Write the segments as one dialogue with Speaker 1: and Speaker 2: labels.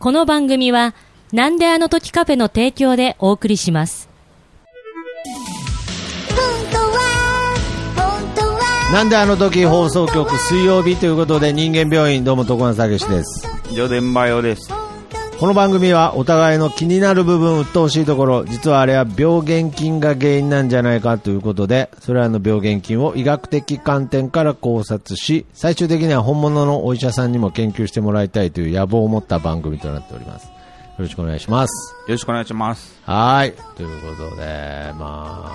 Speaker 1: この番組は、なんであの時カフェの提供でお送りします。
Speaker 2: 本当は本当は
Speaker 3: なんであの時放送局水曜日ということで人間病院どうも徳松武史です。
Speaker 4: ジョデンマヨです。
Speaker 2: 本当に
Speaker 3: この番組はお互いの気になる部分、鬱陶しいところ、実はあれは病原菌が原因なんじゃないかということで、それらの病原菌を医学的観点から考察し、最終的には本物のお医者さんにも研究してもらいたいという野望を持った番組となっております。よろしくお願いします。
Speaker 4: よろしくお願いします。
Speaker 3: はい。ということで、ま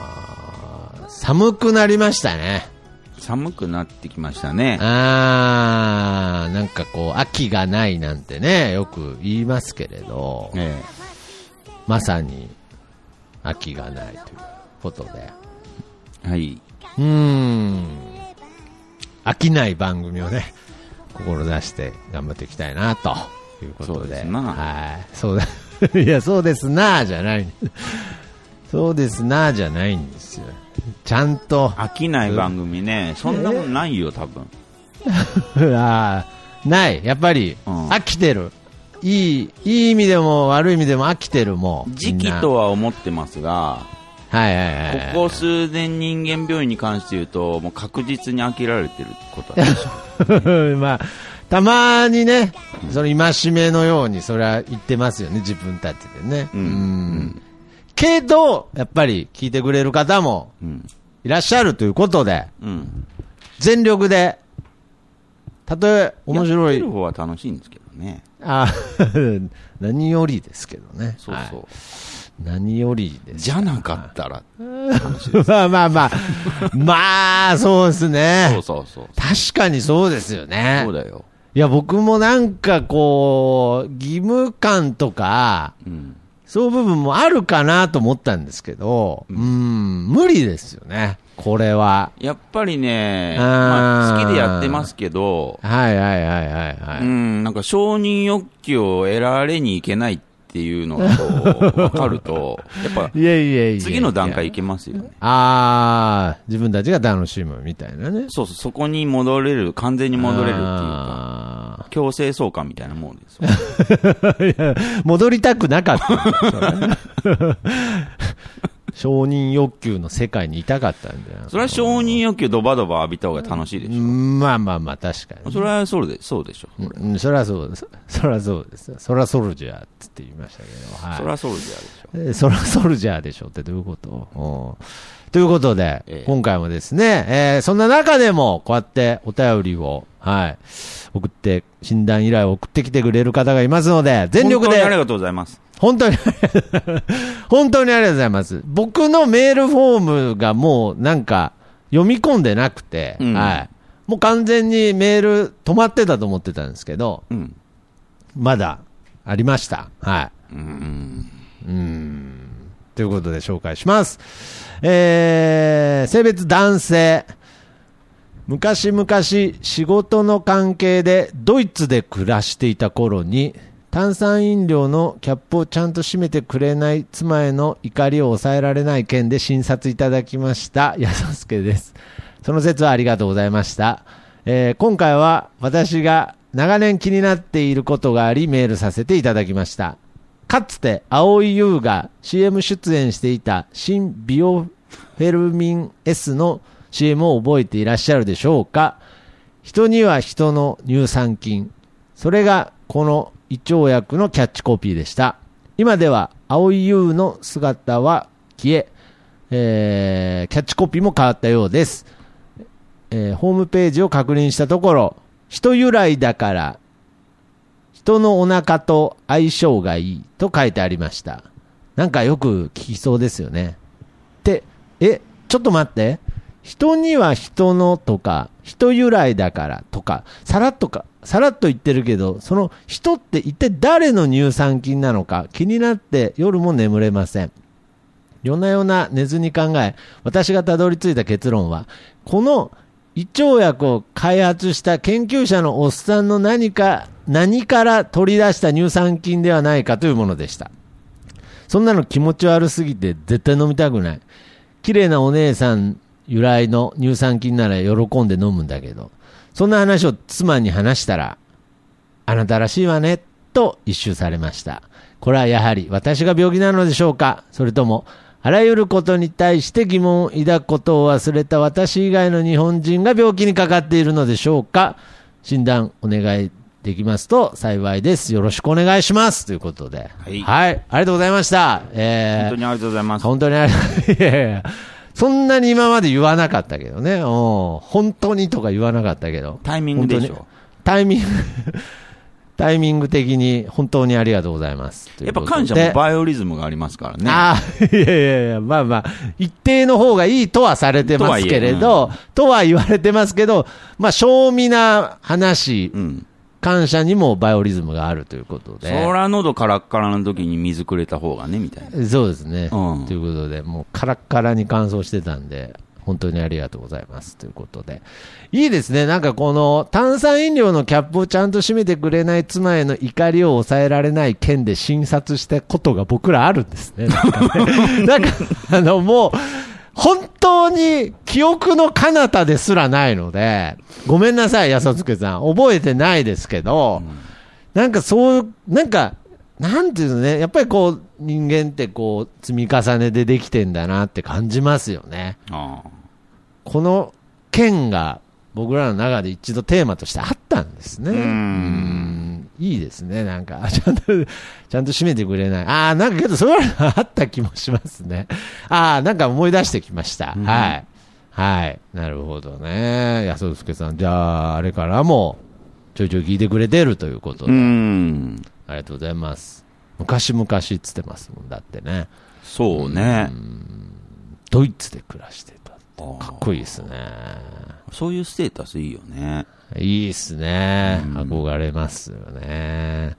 Speaker 3: あ、寒くなりましたね。
Speaker 4: 寒くなってきましたね。
Speaker 3: あー、なんかこう、秋がないなんてね、よく言いますけれど、
Speaker 4: え
Speaker 3: まさに、秋がないということで、
Speaker 4: えはい。
Speaker 3: うーん、飽きない番組をね、志して頑張っていきたいな、ということで。
Speaker 4: そうですな
Speaker 3: はい。そうだ、い や、そうですな、じゃない。そうですな、じゃないんですよ。ちゃんと、
Speaker 4: 飽きない番組ね、そんなもんないよ、多分。
Speaker 3: あーない、やっぱり、
Speaker 4: うん
Speaker 3: 飽きてる。いい、いい意味でも悪い意味でも飽きてるもう。
Speaker 4: 時
Speaker 3: みん
Speaker 4: 期
Speaker 3: な
Speaker 4: と。は思ってますが、
Speaker 3: はいはいはいはい。
Speaker 4: ここ数年人間病院に関して言うと、もう確実に飽きられてること は
Speaker 3: まあ、たまにね、その戒めのように、それは言ってますよね、自分たちでね。
Speaker 4: うん
Speaker 3: うんけど、やっぱり聞いてくれる方も
Speaker 4: うん。
Speaker 3: いらっしゃるということで、
Speaker 4: うん。
Speaker 3: 全力で、たとえ面白
Speaker 4: やっ
Speaker 3: い
Speaker 4: てる、方は楽しいんですけどね。
Speaker 3: あ 何よりですけどね。
Speaker 4: そうそう。
Speaker 3: はい何よりです。
Speaker 4: じゃなかったら。
Speaker 3: まあまあまあ。まあ、そうです
Speaker 4: そ
Speaker 3: ね
Speaker 4: う。そうそう。
Speaker 3: 確かにそうですよね
Speaker 4: そう。だよ。
Speaker 3: いや、僕もなんかこう、義務感とか、
Speaker 4: うん。
Speaker 3: そういう部分もあるかなと思ったんですけど、うん、無理ですよね。これは。
Speaker 4: やっぱりね、
Speaker 3: あー
Speaker 4: まあ、好きでやってますけど、
Speaker 3: はいはいはいはいは
Speaker 4: う
Speaker 3: い。
Speaker 4: ん、なんか承認欲求を得られにいけないっていうのがこ うわかると、やっぱ
Speaker 3: いやいやいや
Speaker 4: 次の段階
Speaker 3: い
Speaker 4: いけますよね。
Speaker 3: やああ、自分たちが楽しむみたいなね。
Speaker 4: そうそう、そこに戻れる、完全に戻れるっていうか、
Speaker 3: あー
Speaker 4: 強制送還みたいなもんですよ。
Speaker 3: いや戻りたくなかったんですよね 承認欲求の世界にいたかったんじゃない
Speaker 4: それは承認欲求ドバドバ浴びた方が楽しいで
Speaker 3: う
Speaker 4: し
Speaker 3: んまあまあまあ、確か
Speaker 4: ょ。
Speaker 3: に。
Speaker 4: それはそうで、そうでしょ。
Speaker 3: うん、そりゃそうです。そりゃそうです。そりゃソルジャーっつって言いましたけど、はい。
Speaker 4: それはそうでしょ。
Speaker 3: えーそらソルジャーでしょってどういうことうんということで、
Speaker 4: ええ
Speaker 3: 今回もですね、えーそんな中でも、こうやってお便りを、はい、送って、診断依頼を送ってきてくれる方がいますので、全力
Speaker 4: 本当に
Speaker 3: で
Speaker 4: あ、りがとうございます。
Speaker 3: 本当に、 本当にありがとうございます。僕のメールフォームがもうなんか読み込んでなくて、
Speaker 4: うん
Speaker 3: はい。もう完全にメール止まってたと思ってたんですけど、
Speaker 4: うん。
Speaker 3: まだありました。はい。
Speaker 4: うん。
Speaker 3: ということで紹介します。えー性別男性。昔々仕事の関係でドイツで暮らしていた頃に炭酸飲料のキャップをちゃんと閉めてくれない妻への怒りを抑えられない件で診察いただきました。やさすけです。その説はありがとうございました。えー今回は私が長年気になっていることがありメールさせていただきました。かつて蒼井優が CM 出演していた新ビオフェルミン S の CM を覚えていらっしゃるでしょうか人には人の乳酸菌。それがこの胃腸薬のキャッチコピーでした。今では青い優の姿は消え、えーキャッチコピーも変わったようです。えーホームページを確認したところ、人由来だから人のお腹と相性がいいと書いてありました。なんかよく聞きそうですよね。って、え、ちょっと待って。人には人のとか、人由来だからとか、さらっとか、さらっと言ってるけど、その人って一体誰の乳酸菌なのか気になって夜も眠れません。夜な夜な寝ずに考え、私がたどり着いた結論は、この胃腸薬を開発した研究者のおっさんの何か、何から取り出した乳酸菌ではないかというものでした。そんなの気持ち悪すぎて絶対飲みたくない。綺麗なお姉さん由来の乳酸菌なら喜んで飲むんだけど、そんな話を妻に話したら、あなたらしいわねっと一周されました。これはやはり私が病気なのでしょうかそれとも、あらゆることに対して疑問を抱くことを忘れた私以外の日本人が病気にかかっているのでしょうか診断お願いできますと幸いです。よろしくお願いします。ということで。
Speaker 4: はい
Speaker 3: ありがとうございました。えー
Speaker 4: 本当にありがとうございます。
Speaker 3: 本当にあれ、いやいやいやそんなに今まで言わなかったけどね。うん本当にとか言わなかったけど。
Speaker 4: タイミングでし
Speaker 3: 本
Speaker 4: ょ
Speaker 3: 当にタイミング、 タイミング的に本当にありがとうございます。
Speaker 4: やっぱ感謝
Speaker 3: という
Speaker 4: も
Speaker 3: ことで
Speaker 4: バイオリズムがありますからね。
Speaker 3: ああ、いやいやいや、まあまあ、一定の方がいいとはされてますけれど、とは言われてますけど、まあ、正味な話、
Speaker 4: うん。
Speaker 3: 感謝にもバイオリズムがあるということで。
Speaker 4: そら喉カラッカラの時に水くれた方がね、みたいな。
Speaker 3: そうですね。
Speaker 4: うん
Speaker 3: ということで、もうカラッカラに乾燥してたんで、本当にありがとうございます。ということで。いいですね。なんかこの炭酸飲料のキャップをちゃんと閉めてくれない妻への怒りを抑えられない件で診察したことが僕らあるんです ね。なんかねなんかあの、もう、本当に記憶の彼方ですらないので、ごめんなさい、安助さん。覚えてないですけど、なんかそう、なんか、なんていうのね、やっぱりこう、人間ってこう、積み重ねでできてんだなって感じますよね。
Speaker 4: ああ
Speaker 3: この件が僕らの中で一度テーマとしてあったんですね。
Speaker 4: うーん
Speaker 3: うんいいですね、なんか。ちゃんと、ちゃんと締めてくれない。ああ、なんかけど、そういうのあった気もしますね。ああ、なんか思い出してきました。
Speaker 4: うん
Speaker 3: はい。はい。なるほどね。安助さん、じゃあ、あれからも、ちょいちょい聞いてくれてるということ
Speaker 4: う
Speaker 3: で。
Speaker 4: ーん。
Speaker 3: ありがとうございます。昔々っつってますもんだってね。
Speaker 4: そうね。
Speaker 3: ドイツで暮らしてた。
Speaker 4: あー
Speaker 3: かっこいいですね。
Speaker 4: そういうステータスいいよね。
Speaker 3: いいっすね。憧れますよね。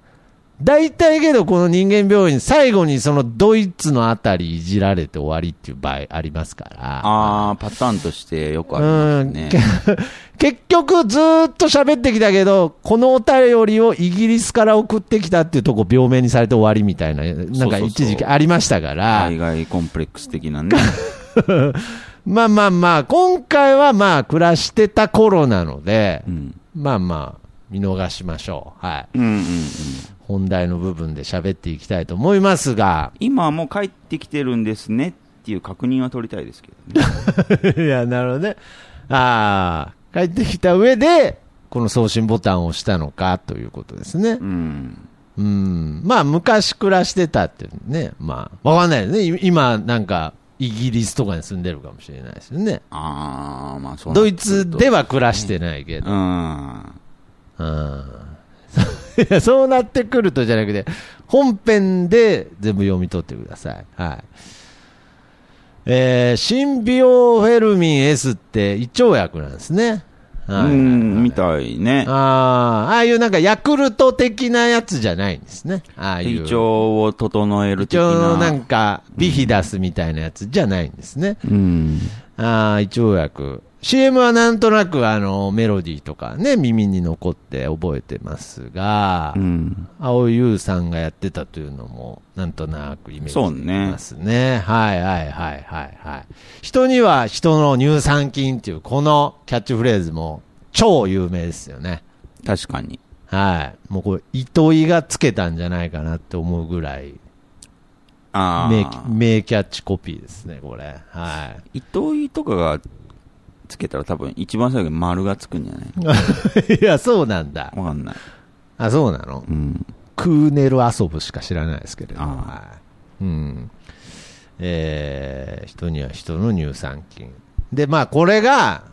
Speaker 3: 大体けど、この人間病院、最後にそのドイツのあたりいじられて終わりっていう場合ありますから。
Speaker 4: ああ、パターンとしてよくありますね。
Speaker 3: 結局ずーっと喋ってきたけど、このお便りをイギリスから送ってきたっていうとこ病名にされて終わりみたいな、なんか一時期ありましたから。
Speaker 4: 海外コンプレックス的なね。
Speaker 3: まあまあまあ、今回はまあ、暮らしてた頃なので、
Speaker 4: うん。
Speaker 3: まあまあ、見逃しましょう。はい。
Speaker 4: うんうんうん。
Speaker 3: 本題の部分で喋っていきたいと思いますが、
Speaker 4: 今はもう帰ってきてるんですねっていう確認は取りたいですけ どね。
Speaker 3: いや、なるほどね。ああ、帰ってきた上で、この送信ボタンを押したのかということですね
Speaker 4: う。ん。
Speaker 3: うん。まあ、昔暮らしてたっていうね。まあ、わかんないよね。い今、なんか、イギリスとかに住んでるかもしれないですよね。
Speaker 4: ああ、まあそうな
Speaker 3: ド
Speaker 4: って
Speaker 3: イ
Speaker 4: くる
Speaker 3: ツ
Speaker 4: と
Speaker 3: では暮らしてないけど
Speaker 4: う。ん。
Speaker 3: うんいやそうなってくるとじゃなくて、本編で全部読み取ってください。はい。えー、シンビオフェルミン S って胃腸薬なんですね。はい
Speaker 4: うん、みたいね。
Speaker 3: あーああいうなんかヤクルト的なやつじゃないんですね。ああいう。
Speaker 4: 胃腸を整える
Speaker 3: 胃
Speaker 4: 的な。
Speaker 3: 腸のなんかビヒダスみたいなやつじゃないんですね。
Speaker 4: うん。
Speaker 3: ああ、一応薬。CM はなんとなくあのメロディーとかね、耳に残って覚えてますが、
Speaker 4: うん。
Speaker 3: 蒼井優さんがやってたというのも、なんとなくイメージ
Speaker 4: そう
Speaker 3: でき
Speaker 4: ね
Speaker 3: ますね。はいはいはいはいはい。人には人の乳酸菌っていう、このキャッチフレーズも超有名ですよね。
Speaker 4: 確かに。
Speaker 3: はい。もうこれ、糸井がつけたんじゃないかなって思うぐらい、
Speaker 4: あ
Speaker 3: 名
Speaker 4: あ。
Speaker 3: 名キャッチコピーですね、これ。はい。
Speaker 4: 糸井とかがつけたら多分一番最後に丸がつくんじゃない
Speaker 3: い や、そうなんだ。
Speaker 4: わかんない。
Speaker 3: あ、そうなの
Speaker 4: うん。
Speaker 3: クーネル遊ぶしか知らないですけれど、
Speaker 4: あー
Speaker 3: はいうんえー人には人の乳酸菌。で、まあ、これが、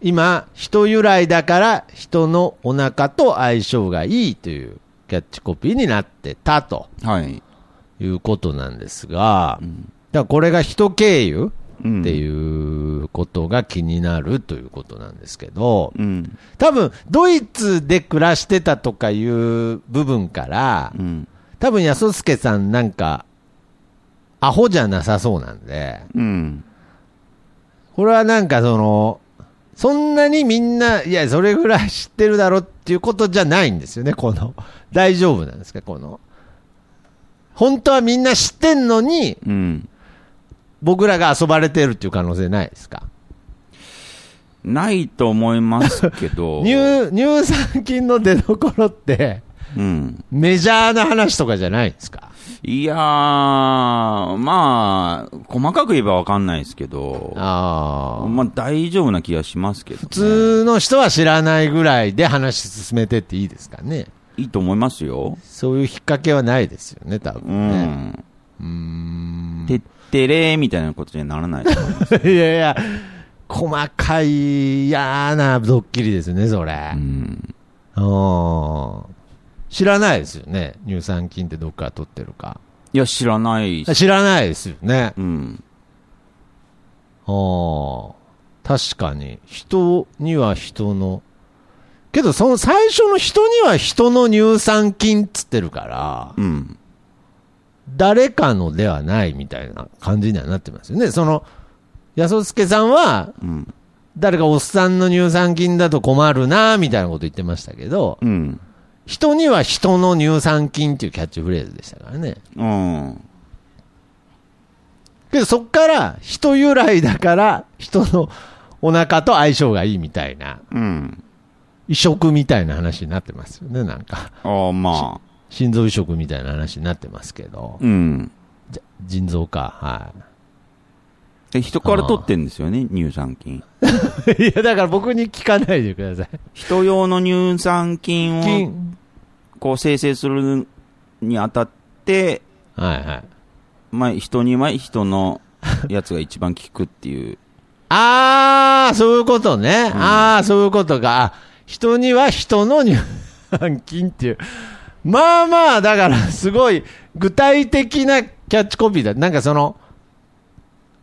Speaker 3: 今、人由来だから、人のお腹と相性がいいというキャッチコピーになってたと
Speaker 4: はい。
Speaker 3: いうことなんですが、
Speaker 4: ん
Speaker 3: だからこれが人経由
Speaker 4: うん
Speaker 3: っていうことが気になるということなんですけど、
Speaker 4: うん。
Speaker 3: 多分、ドイツで暮らしてたとかいう部分から、
Speaker 4: うん。
Speaker 3: 多分安助さんなんか、アホじゃなさそうなんで、
Speaker 4: うん。
Speaker 3: これはなんかその、そんなにみんな、いや、それぐらい知ってるだろっていうことじゃないんですよね、この。大丈夫なんですか、この。本当はみんな知ってんのに、
Speaker 4: うん。
Speaker 3: 僕らが遊ばれてるっていう可能性ないですか。
Speaker 4: ないと思いますけど。
Speaker 3: 乳、乳酸菌の出所って、
Speaker 4: うん。
Speaker 3: メジャーな話とかじゃないんですか。
Speaker 4: いやー、まあ、細かく言えばわかんないですけど、
Speaker 3: ああ。
Speaker 4: まあ大丈夫な気がしますけど、
Speaker 3: 普
Speaker 4: ね。
Speaker 3: 通の人は知らないぐらいで話進めてっていいですかね。
Speaker 4: いいと思いますよ。
Speaker 3: そういう引っ掛けはないですよね、多
Speaker 4: う
Speaker 3: 分ね。
Speaker 4: ん。
Speaker 3: うん。
Speaker 4: てってれーみたいなことにはならないと思います。
Speaker 3: いやいや、細かい嫌なドッキリですよね、それ
Speaker 4: う。ん。
Speaker 3: うん知らないですよね、乳酸菌ってどっから取ってるか。
Speaker 4: いや、知らないし。
Speaker 3: 知らないですよね。
Speaker 4: うん。
Speaker 3: ああ、確かに。人には人の。けど、その最初の人には人の乳酸菌っつってるから、
Speaker 4: うん。
Speaker 3: 誰かのではないみたいな感じにはなってますよね。その、安助さんは、
Speaker 4: うん。
Speaker 3: 誰かおっさんの乳酸菌だと困るな、みたいなこと言ってましたけど、
Speaker 4: うん。
Speaker 3: 人には人の乳酸菌っていうキャッチフレーズでしたからね。
Speaker 4: うん。
Speaker 3: けど、そっから、人由来だから、人のお腹と相性がいいみたいな。
Speaker 4: うん。
Speaker 3: 移植みたいな話になってますよね、なんか。
Speaker 4: ああ、まあ。
Speaker 3: 心臓移植みたいな話になってますけど。
Speaker 4: うん。
Speaker 3: じゃ腎臓か、はい。
Speaker 4: で人から取ってんですよね、乳酸菌。
Speaker 3: い や、だから僕に聞かないでください。
Speaker 4: 人用の乳酸菌を
Speaker 3: 金。
Speaker 4: こう生成するにあたって、
Speaker 3: はいはい。
Speaker 4: まあ、人には人 のやつが一番効くっていう。
Speaker 3: あー、そういうことね。あー、そういうことか。あ人には人の乳酸菌っていう。まあまあ、だからすごい具体的なキャッチコピーだ。なんかその、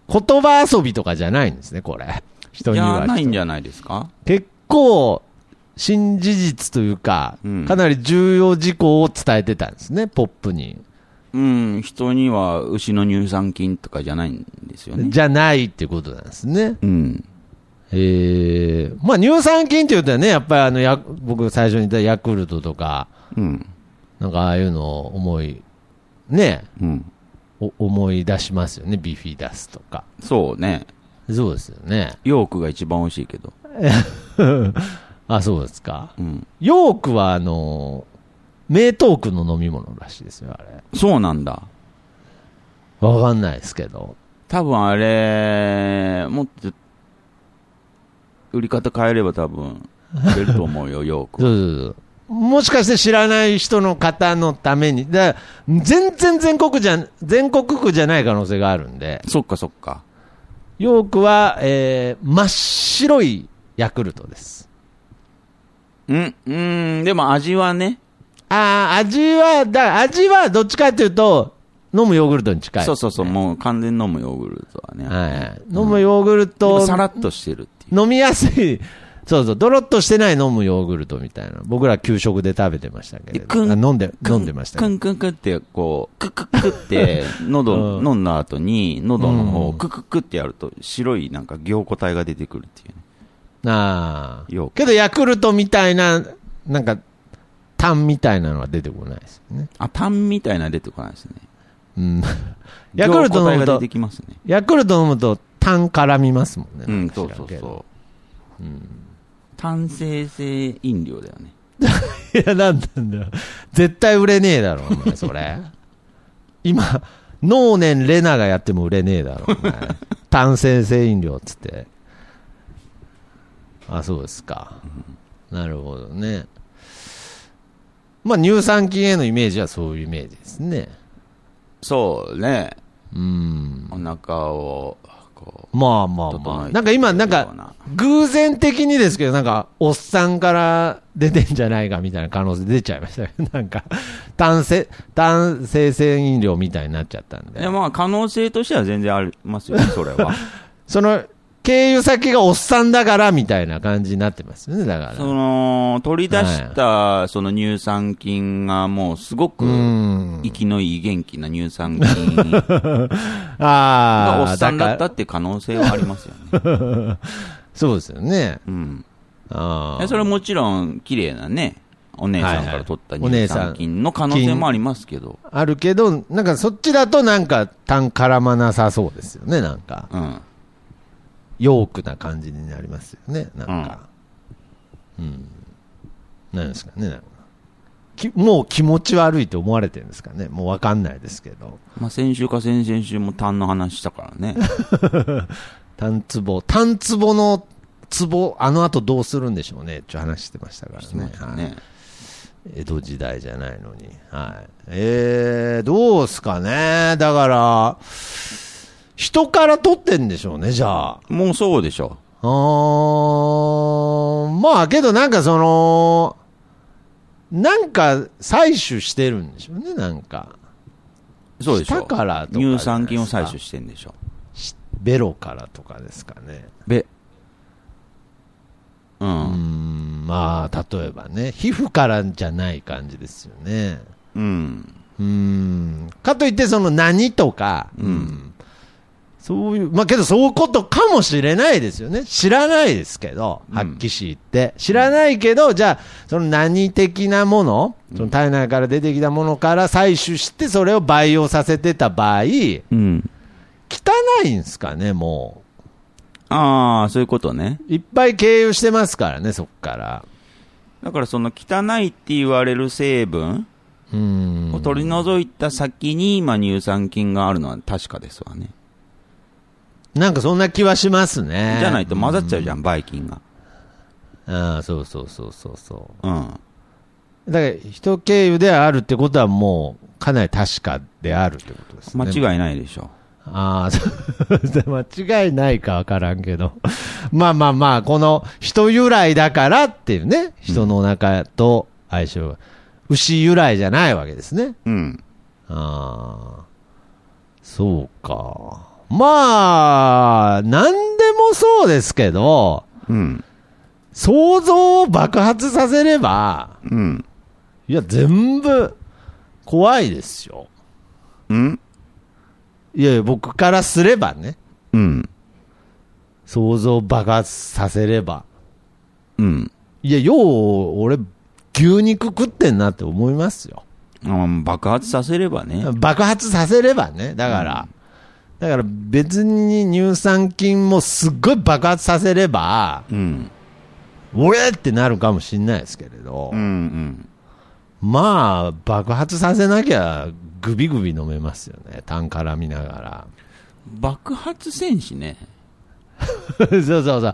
Speaker 3: 言葉遊びとかじゃないんですね、これ。人
Speaker 4: い
Speaker 3: には
Speaker 4: や、
Speaker 3: 人
Speaker 4: ないんじゃないですか
Speaker 3: 結構、新事実というか、
Speaker 4: うん
Speaker 3: かなり重要事項を伝えてたんですね、ポップに。
Speaker 4: うん、人には牛の乳酸菌とかじゃないんですよね。
Speaker 3: じゃないってことなんですね。
Speaker 4: うん。
Speaker 3: えー、まあ乳酸菌って言うとね、やっぱりあの、や僕最初に言ったヤクルトとか、
Speaker 4: うん。
Speaker 3: なんかああいうのを思い、ね、
Speaker 4: うん。
Speaker 3: お思い出しますよね、ビフィダスとか。
Speaker 4: そうね。
Speaker 3: そうですよね。
Speaker 4: ヨークが一番美味しいけど。
Speaker 3: あ、そうですか。
Speaker 4: うん。
Speaker 3: ヨークはあの、名東区の飲み物らしいですよ、あれ。
Speaker 4: そうなんだ。
Speaker 3: わかんないですけど。
Speaker 4: 多分あれ、もっと、売り方変えれば多分、売れると思う よ、ヨー
Speaker 3: そ
Speaker 4: ク。
Speaker 3: うそうそうもしかして知らない人の方のために、だから全然全国じゃ、全国区じゃない可能性があるんで、
Speaker 4: そっかそっか。
Speaker 3: ヨークは、えー、真っ白いヤクルトです。
Speaker 4: うん、うん、でも味はね、
Speaker 3: ああ、味は、だ味はどっちかというと、飲むヨーグルトに近い。
Speaker 4: そうそうそう、もう完全に飲むヨーグルトはね。
Speaker 3: はいはい。飲むヨーグル
Speaker 4: で
Speaker 3: ト、
Speaker 4: もさらっとしてるっていう。
Speaker 3: 飲みやすい。 そうそう、ドロッとしてない飲むヨーグルトみたいな。僕ら給食で食べてましたけれ
Speaker 4: でくん
Speaker 3: ど。あ飲んで、飲んでましたけ
Speaker 4: ク
Speaker 3: ど。
Speaker 4: ンクンクンって、こう、クククって、喉、
Speaker 3: うん
Speaker 4: 飲んだ後に、喉の方
Speaker 3: う
Speaker 4: を
Speaker 3: ん
Speaker 4: クククってやると、白いなんか凝固体が出てくるっていうね。
Speaker 3: ああ
Speaker 4: よ。
Speaker 3: けど、ヤクルトみたいな、なんか、炭みたいなのは出てこないですよね。
Speaker 4: あ、タンみたいなの出てこないですね。
Speaker 3: うん。ヤクルト飲む
Speaker 4: 凝固体が出
Speaker 3: と
Speaker 4: て、きますね。
Speaker 3: ヤクルト飲むと炭絡みますもんね。
Speaker 4: うん、
Speaker 3: な
Speaker 4: そ
Speaker 3: ん
Speaker 4: う
Speaker 3: か知
Speaker 4: そ
Speaker 3: ら
Speaker 4: うん
Speaker 3: けど
Speaker 4: そう。炭性性飲料だよね。
Speaker 3: いや、なんなんだよ。絶対売れねえだろ、お 前、それ。今、能年レナがやっても売れねえだろ、お 前。炭性性飲料っつって。あ、そうですか。なるほどね。まあ、乳酸菌へのイメージはそういうイメージですね。
Speaker 4: そうね。
Speaker 3: うん。
Speaker 4: お腹を、こ
Speaker 3: まあまあま
Speaker 4: 整え
Speaker 3: あ。
Speaker 4: て
Speaker 3: なんか今、なん
Speaker 4: いくよう
Speaker 3: か
Speaker 4: な、
Speaker 3: 偶然的にですけど、なんか、おっさんから出てんじゃないかみたいな可能性出ちゃいましたね。なんか、 単性、単性性飲料みたいになっちゃったん
Speaker 4: う。
Speaker 3: で
Speaker 4: いや、。まあ、可能性としては全然あります よね、それは。
Speaker 3: その、経由先がおっさんだからみたいな感じになってますよね、だから。
Speaker 4: その、取り出した、その乳酸菌がもうすご
Speaker 3: う
Speaker 4: く、
Speaker 3: ん。
Speaker 4: 息のいい元気な乳酸菌が
Speaker 3: ああ、
Speaker 4: おっさんだった
Speaker 3: ら
Speaker 4: って可能性はありますよ ね。
Speaker 3: そうですよね。
Speaker 4: うん。
Speaker 3: あ
Speaker 4: で
Speaker 3: あ。
Speaker 4: それはもちろん、綺麗なね、お姉さんから取った
Speaker 3: はいはい
Speaker 4: 乳酸菌の可能性もありますけど。
Speaker 3: あるけど、なんかそっちだとなんか、単絡まなさそうですよね、なんか。
Speaker 4: うん。
Speaker 3: ヨークな感じになりますよね、なんか。うん。なんですかね、なんか。きもう気持ち悪いと思われてるんですかね。もうわかんないですけど。
Speaker 4: まあ、先週か先々週も痰の話したから ね。
Speaker 3: タンツボ。タンツボのツボ、あの後どうするんでしょうねっていう話してましたから
Speaker 4: してま
Speaker 3: ね。
Speaker 4: した
Speaker 3: はい
Speaker 4: ね。
Speaker 3: 江戸時代じゃないのに。はい。えー、どうすかね。だから、人から取ってんでしょうね、じゃあ。
Speaker 4: もうそうでしょ。
Speaker 3: あーまあけどなんかその、なんか採取してるんでしょうね、なんか。
Speaker 4: そうでしょ。
Speaker 3: 舌からとかじゃないですか
Speaker 4: 乳酸菌を採取してんでしょ。
Speaker 3: しベロからとかですかね。
Speaker 4: べ。う。
Speaker 3: うんん、まあ例えばね、皮膚からじゃない感じですよね。
Speaker 4: うん。
Speaker 3: うん、かといってその何とか、
Speaker 4: うん
Speaker 3: そういう、まあけどそういうことかもしれないですよね。知らないですけど、
Speaker 4: うん
Speaker 3: 発揮しって。知らないけど、じゃあ、その何的なもの、その体内から出てきたものから採取して、それを培養させてた場合、汚
Speaker 4: うん。
Speaker 3: いんですかね、も
Speaker 4: ああ、そういうことね。
Speaker 3: う。いっぱい経由してますからね、そっから。
Speaker 4: だからその汚いって言われる成分
Speaker 3: うん。
Speaker 4: を取り除いた先に今乳酸菌があるのは確かですわね。
Speaker 3: なんかそんな気はしますね。
Speaker 4: じゃないと混ざっちゃうじゃん、ばい菌が。
Speaker 3: ああ、そうそうそうそうそう。
Speaker 4: う
Speaker 3: だ
Speaker 4: ん。
Speaker 3: から人経由であるってことはもうかなり確かであるってことですね。
Speaker 4: 間
Speaker 3: い。
Speaker 4: 違いないでしょ。
Speaker 3: ああ、そう間違いないかわからんけど。 まあまあまあ、この人由来だからっていうね、人の中と相性が。牛由来じゃないわけですね。
Speaker 4: うん。
Speaker 3: ああ、そうか。まあ、なんでもそうですけど、
Speaker 4: うん。
Speaker 3: 想像を爆発させれば、
Speaker 4: うん。
Speaker 3: いや、全部、怖いですよ。
Speaker 4: うん。
Speaker 3: いやいや、僕からすればね、
Speaker 4: うん。
Speaker 3: 想像爆発させれば。
Speaker 4: うん。
Speaker 3: いや、よう、俺、牛肉食ってんなって思いますよ。
Speaker 4: うん爆発させればね。
Speaker 3: 爆発させればね、だから、だから別に乳酸菌もすっごい爆発させれば、
Speaker 4: うん。
Speaker 3: 俺ってなるかもしんないですけれど、
Speaker 4: うん。うん。
Speaker 3: まあ、爆発させなきゃ、グビグビ飲めますよね、痰から見ながら。
Speaker 4: 爆発せんしね。
Speaker 3: そうそうそう。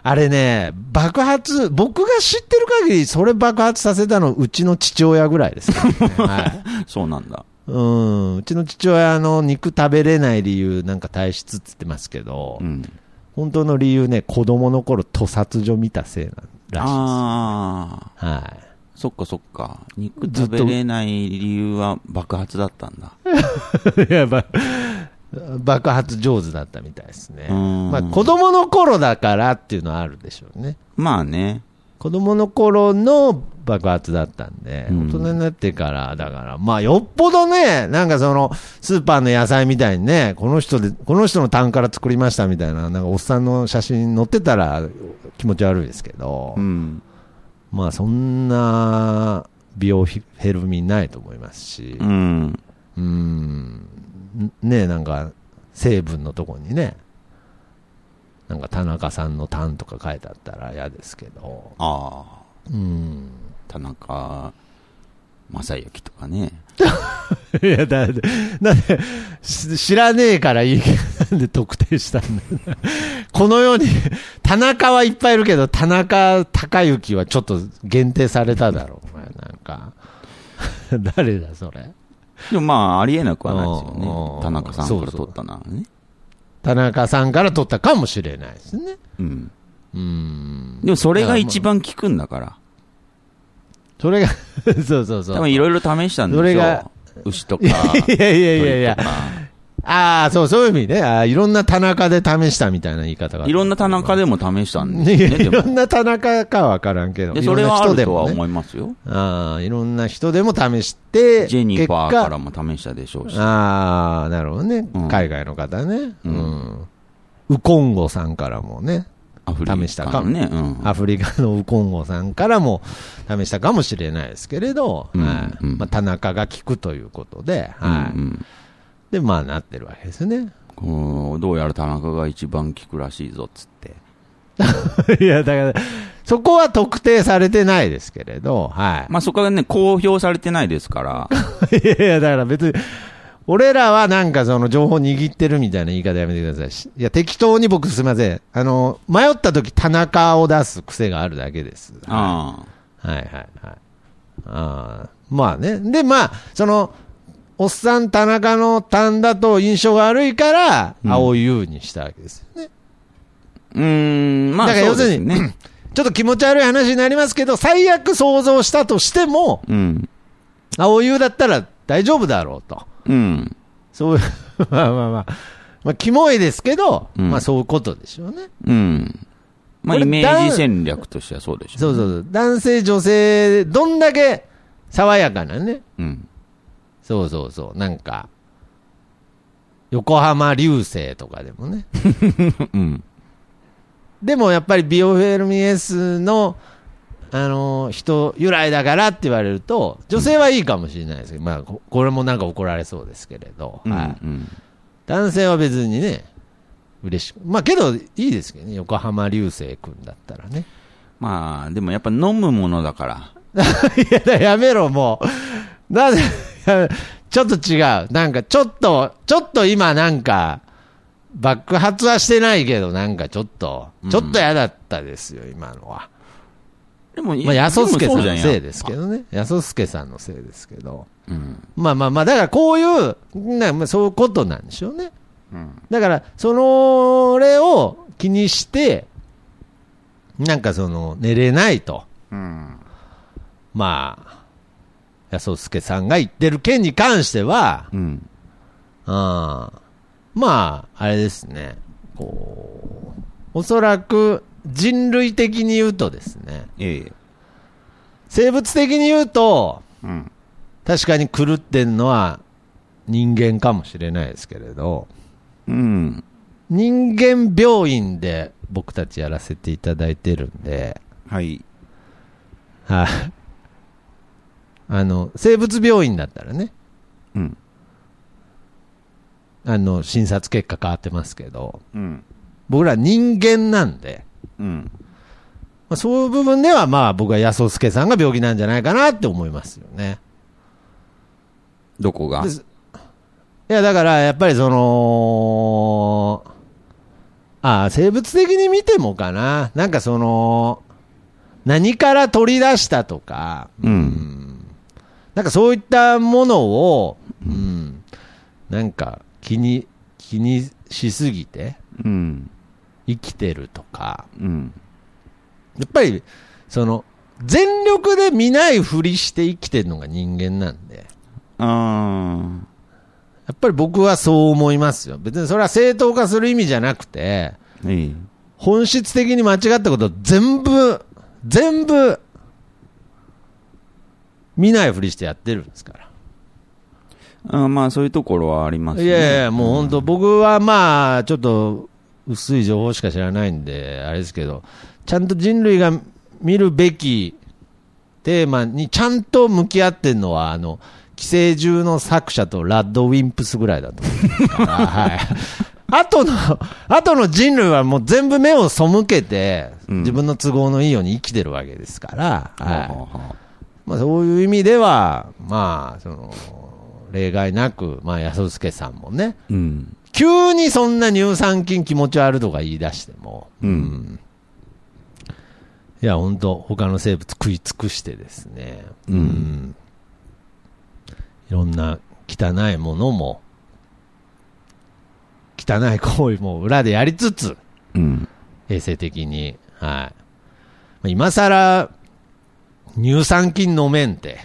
Speaker 3: あれね、爆発、僕が知ってる限り、それ爆発させたの、うちの父親ぐらいですからね、 はい。
Speaker 4: そうなんだ。
Speaker 3: うん。うちの父親あの肉食べれない理由、なんか体質って言ってますけど、
Speaker 4: うん。
Speaker 3: 本当の理由ね、子供の頃、屠殺所見たせいなんらしいです。
Speaker 4: ああ、
Speaker 3: はい。
Speaker 4: そっかそっか。肉食べれない理由は爆発だったんだ。
Speaker 3: い やば爆発上手だったみたいですね。
Speaker 4: うん
Speaker 3: まあ、子供の頃だからっていうのはあるでしょうね。
Speaker 4: まあね。
Speaker 3: 子供の頃の爆発だったんで、
Speaker 4: うん
Speaker 3: 大人になってから、だから、まあ、よっぽどね、なんかその、スーパーの野菜みたいにね、この人で、この人の単から作りましたみたいな、なんかおっさんの写真載ってたら気持ち悪いですけど、
Speaker 4: うん。
Speaker 3: まあ、そんな、美容フェルミないと思いますし
Speaker 4: う、ん。
Speaker 3: うーん、ねなんか、成分のとこにね、なんか田中さんの単とか書いてあったら嫌ですけど、
Speaker 4: ああ、
Speaker 3: うん。
Speaker 4: 田中正幸とかね。
Speaker 3: いや、だ、だなんで、し知らねえからいいけど、 なんで特定したんだよなこの世に、田中はいっぱいいるけど、田中隆之はちょっと限定されただろう、お前なんか。 誰だ、それ。
Speaker 4: でもまあ、ありえなくはないで
Speaker 3: う
Speaker 4: す
Speaker 3: んうんう
Speaker 4: よ
Speaker 3: ん
Speaker 4: ね。田中さんから取ったならね。
Speaker 3: 田中さんから取ったかもしれないですね。
Speaker 4: うん。
Speaker 3: うん。
Speaker 4: でもそれが一番効くんだから。
Speaker 3: それが、 そうそうそう。
Speaker 4: 多分いろいろ試したんで
Speaker 3: それ
Speaker 4: し
Speaker 3: が
Speaker 4: ょう。牛とか。
Speaker 3: いやいやいやいや
Speaker 4: 鳥と。か
Speaker 3: ああ、そう、そういう意味ね。ああ、いろんな田中で試したみたいな言い方が。
Speaker 4: いろんな田中でも試したんで
Speaker 3: いや
Speaker 4: すね。
Speaker 3: い
Speaker 4: で
Speaker 3: ろん
Speaker 4: も。
Speaker 3: な田中かわからんけど。
Speaker 4: で、それはあるとはい
Speaker 3: ろんな人でもね
Speaker 4: 思いますよ。
Speaker 3: ああ、いろんな人でも試して、
Speaker 4: ジェニファー
Speaker 3: 結果
Speaker 4: からも試したでしょうし。
Speaker 3: ああ、なるほどね。
Speaker 4: うん
Speaker 3: 海外の方ね。う。
Speaker 4: うん
Speaker 3: ウコンゴさんからもね。
Speaker 4: アフリカの
Speaker 3: 試したか
Speaker 4: ね。うん。
Speaker 3: アフリカのウコンゴさんからも試したかもしれないですけれど、
Speaker 4: うん
Speaker 3: はい
Speaker 4: うん
Speaker 3: まあ、田中が聞くということで、
Speaker 4: うん
Speaker 3: はい
Speaker 4: うん
Speaker 3: で、まあなってるわけですね。
Speaker 4: こうどうやら田中が一番効くらしいぞっつって。
Speaker 3: いや、だから、そこは特定されてないですけれど、はい。
Speaker 4: まあそこがね、公表されてないです から。
Speaker 3: いやいや、だから別に、俺らはなんかその情報握ってるみたいな言い方やめてくださいし。いや、適当に僕すいません。あの、迷った時田中を出す癖があるだけです。
Speaker 4: あ
Speaker 3: はいはいはい。ああ、まあね。で、まあ、その、おっさん田中の単だと印象が悪いから、
Speaker 4: うん
Speaker 3: 青い優にしたわけですよね。
Speaker 4: うーん、まあ
Speaker 3: だから要
Speaker 4: そう
Speaker 3: する
Speaker 4: です
Speaker 3: に
Speaker 4: ね。
Speaker 3: ちょっと気持ち悪い話になりますけど、最悪想像したとしても、
Speaker 4: うん。
Speaker 3: 青い優だったら大丈夫だろうと。
Speaker 4: うん。
Speaker 3: そう いう、まあまあまあ。まあ、キモいですけど、
Speaker 4: うん
Speaker 3: まあそういうことでしょうね。
Speaker 4: うん。まあ
Speaker 3: これ
Speaker 4: イメージ戦略としてはそうでしょ。
Speaker 3: そうそうそう。男性、女性、どんだけ爽やかなね。
Speaker 4: うん。
Speaker 3: そうそうそう。なんか、横浜流星とかでもね。
Speaker 4: うん。
Speaker 3: でもやっぱりビオフェルミエスの、あのー人由来だからって言われると、女性はいいかもしれないですけど、まあ、ここれもなんか怒られそうですけれど、
Speaker 4: うん。う
Speaker 3: はい
Speaker 4: ん。
Speaker 3: 男性は別にね、嬉しく。まあけど、いいですけどね、横浜流星君だったらね。
Speaker 4: まあ、でもやっぱ飲むものだから。
Speaker 3: いや、やめろ、もう。なぜ、 ちょっと違う。なんか、ちょっと、ちょっと今、なんか、爆発はしてないけど、なんかちょっと、ちょっと嫌だったですよ、今のは。
Speaker 4: でも、
Speaker 3: まあ、安助さん
Speaker 4: でもそうじゃ
Speaker 3: の
Speaker 4: ん
Speaker 3: せいですけ。どね。安助さんのせいですけど。
Speaker 4: うん。
Speaker 3: まあまあまあ、だからこういう、なまあ、そういうことなんでしょうね。
Speaker 4: うん。
Speaker 3: だから、その、れを気にして、なんかその、寝れないと。
Speaker 4: うん。
Speaker 3: まあ、安助さんが言ってる件に関しては、
Speaker 4: うん。
Speaker 3: あまあ、あれですね、こう、おそらく人類的に言うとですね、
Speaker 4: ええ。
Speaker 3: 生物的に言うと、
Speaker 4: うん。
Speaker 3: 確かに狂ってんのは人間かもしれないですけれど、
Speaker 4: うん。
Speaker 3: 人間病院で僕たちやらせていただいてるんで、
Speaker 4: はい。
Speaker 3: はい。あの、生物病院だったらね、
Speaker 4: うん。
Speaker 3: あの、診察結果変わってますけど、
Speaker 4: うん。
Speaker 3: 僕ら人間なんで、
Speaker 4: うん。
Speaker 3: まあ、そういう部分では、まあ僕は安尾助さんが病気なんじゃないかなって思いますよね。
Speaker 4: どこが
Speaker 3: ですいや、だからやっぱりその、ああ、生物的に見てもかな。なんかその、何から取り出したとか、
Speaker 4: うん。
Speaker 3: なんかそういったものを、うん、なんか気に、気にしすぎて
Speaker 4: うん。
Speaker 3: 生きてるとか、
Speaker 4: うん。
Speaker 3: やっぱり、その、全力で見ないふりして生きてるのが人間なんで、
Speaker 4: あ
Speaker 3: やっぱり僕はそう思いますよ。別にそれは正当化する意味じゃなくて、
Speaker 4: あ。ええ。
Speaker 3: 本質的に間違ったことを全部、全部、見ないふりしてやってるんですから。
Speaker 4: あまあ、そういうところはありますね。
Speaker 3: いやいや、もう本当、僕はまあ、ちょっと薄い情報しか知らないんで、あれですけど、ちゃんと人類が見るべきテーマにちゃんと向き合ってるのは、あの、寄生獣の作者とラッドウィンプスぐらいだと思うから、 はい。あとの、あとの人類はもう全部目を背けて、
Speaker 4: うん
Speaker 3: 自分の都合のいいように生きてるわけですから、
Speaker 4: は
Speaker 3: はい
Speaker 4: あはあはあ
Speaker 3: まあ、そういう意味では、まあ、その、例外なく、まあ、安助さんもね、
Speaker 4: うん。
Speaker 3: 急にそんな乳酸菌気持ち悪いとか言い出しても、
Speaker 4: うん
Speaker 3: いや、本当他の生物食い尽くしてですね、
Speaker 4: うん
Speaker 3: いろんな汚いものも、汚い行為も裏でやりつつ、
Speaker 4: うん。
Speaker 3: 衛生的に、はい。まあ今更、乳酸菌飲めんって、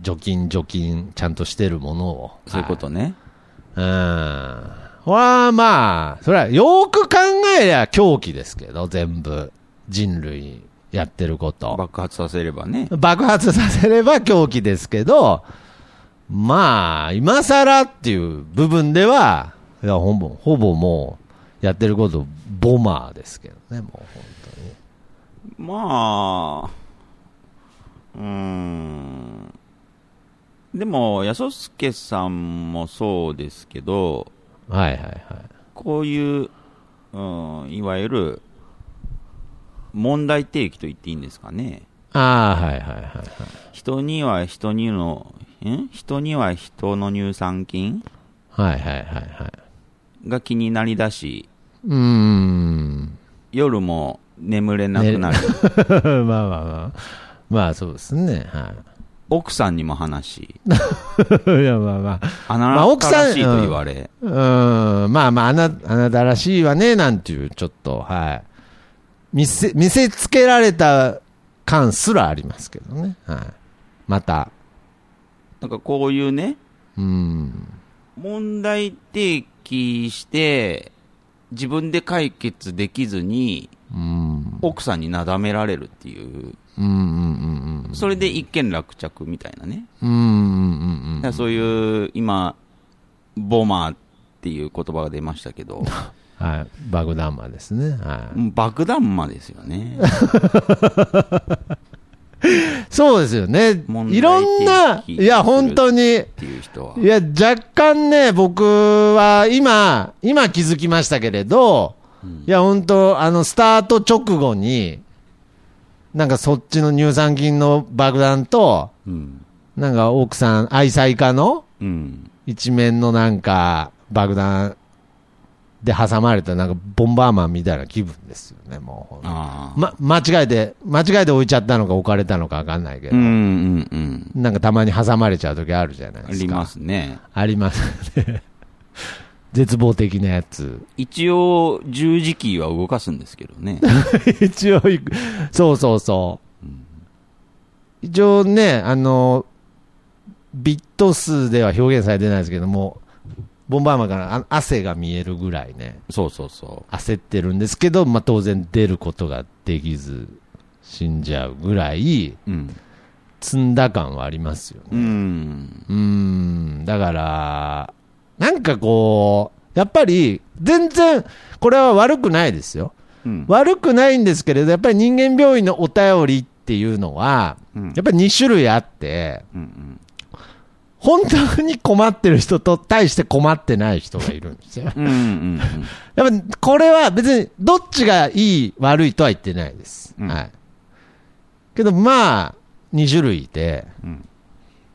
Speaker 3: 除菌除菌ちゃんとしてるものを。
Speaker 4: そういうことね。
Speaker 3: うん。はまあ、それはよく考えりゃ狂気ですけど、全部。人類やってること。
Speaker 4: 爆発させればね。
Speaker 3: 爆発させれば狂気ですけど、まあ、今更っていう部分では、いや、ほぼ、ほぼもう、やってること、ボマーですけどね、もう本当に。
Speaker 4: まあ、うーん。でも、安助さんもそうですけど、
Speaker 3: はいはいはい。
Speaker 4: こういう、うん、いわゆる、問題提起と言っていいんですかね。
Speaker 3: ああ、はいはいはいはい。
Speaker 4: 人には人にの、ん人には人の乳酸菌
Speaker 3: はいはいはいはい。
Speaker 4: が気になりだし、
Speaker 3: うーん。
Speaker 4: 夜も眠れなくなる。
Speaker 3: まあまあまあ。まあそうですね。は
Speaker 4: 奥さんにも話し、
Speaker 3: い。いやまあまあ。
Speaker 4: あ
Speaker 3: ま
Speaker 4: な
Speaker 3: あ奥
Speaker 4: た
Speaker 3: さん
Speaker 4: らしいと言われ、
Speaker 3: うーん。まあまあ、あな、あなたらしいわね、なんていう、ちょっと、はい。見せ、見せつけられた感すらありますけどね。はい。また。
Speaker 4: なんかこういうね、
Speaker 3: うーん。
Speaker 4: 問題提起して、自分で解決できずに、
Speaker 3: うーん。
Speaker 4: 奥さんになだめられるっていう、
Speaker 3: うんうんうん
Speaker 4: それで一件落着みたいなね。
Speaker 3: うん。うんうんうんうん
Speaker 4: だか。らそういう、今、ボマーっていう言葉が出ました けど、
Speaker 3: はい。爆弾魔ですね。はい。
Speaker 4: もう爆弾魔ですよね。
Speaker 3: そうですよね
Speaker 4: 問。題
Speaker 3: いろんな、
Speaker 4: 提起
Speaker 3: いや、本当に。
Speaker 4: っていう人は。
Speaker 3: いや、若干ね、僕は今、今気づきましたけれど、いや、本当あの、スタート直後に、なんかそっちの乳酸菌の爆弾と、
Speaker 4: うん。
Speaker 3: なんか奥さん、愛妻家の
Speaker 4: うん。
Speaker 3: 一面のなんか爆弾で挟まれた、なんかボンバーマンみたいな気分ですよね、もうほんと。
Speaker 4: ああ。
Speaker 3: ま、間違えて、間違えて置いちゃったのか置かれたのかわかんないけ
Speaker 4: う
Speaker 3: ど、
Speaker 4: んうんうん。
Speaker 3: なんかたまに挟まれちゃう時あるじゃない
Speaker 4: あ
Speaker 3: ですか。
Speaker 4: りますね。
Speaker 3: ありますね。絶望的なやつ。
Speaker 4: 一応、十字キーは動かすんですけど ね。
Speaker 3: 一応行く、そうそうそう。一応ね、あの、ビット数では表現されてないですけども、ボンバーマンからあ汗が見えるぐらいね、
Speaker 4: そうそうそ
Speaker 3: 焦ってるんですけど、まあ、当然出ることができず、死んじゃうぐらい、
Speaker 4: う。うん。
Speaker 3: 積んだ感はありますよね。
Speaker 4: うん。
Speaker 3: うーん、だから、なんかこう、やっぱり、全然、これは悪くないですよ。
Speaker 4: うん。
Speaker 3: 悪くないんですけれど、やっぱり人間病院のお便りっていうのは、
Speaker 4: うん
Speaker 3: やっぱり2種類あって、
Speaker 4: うんうん。。
Speaker 3: 本当に困ってる人と対して困ってない人がいるんですよ
Speaker 4: うんうん
Speaker 3: やっぱこれは別にどっちがいい悪いとは言ってないです。
Speaker 4: うん
Speaker 3: はい。けどまあ、2種類いて、
Speaker 4: うん。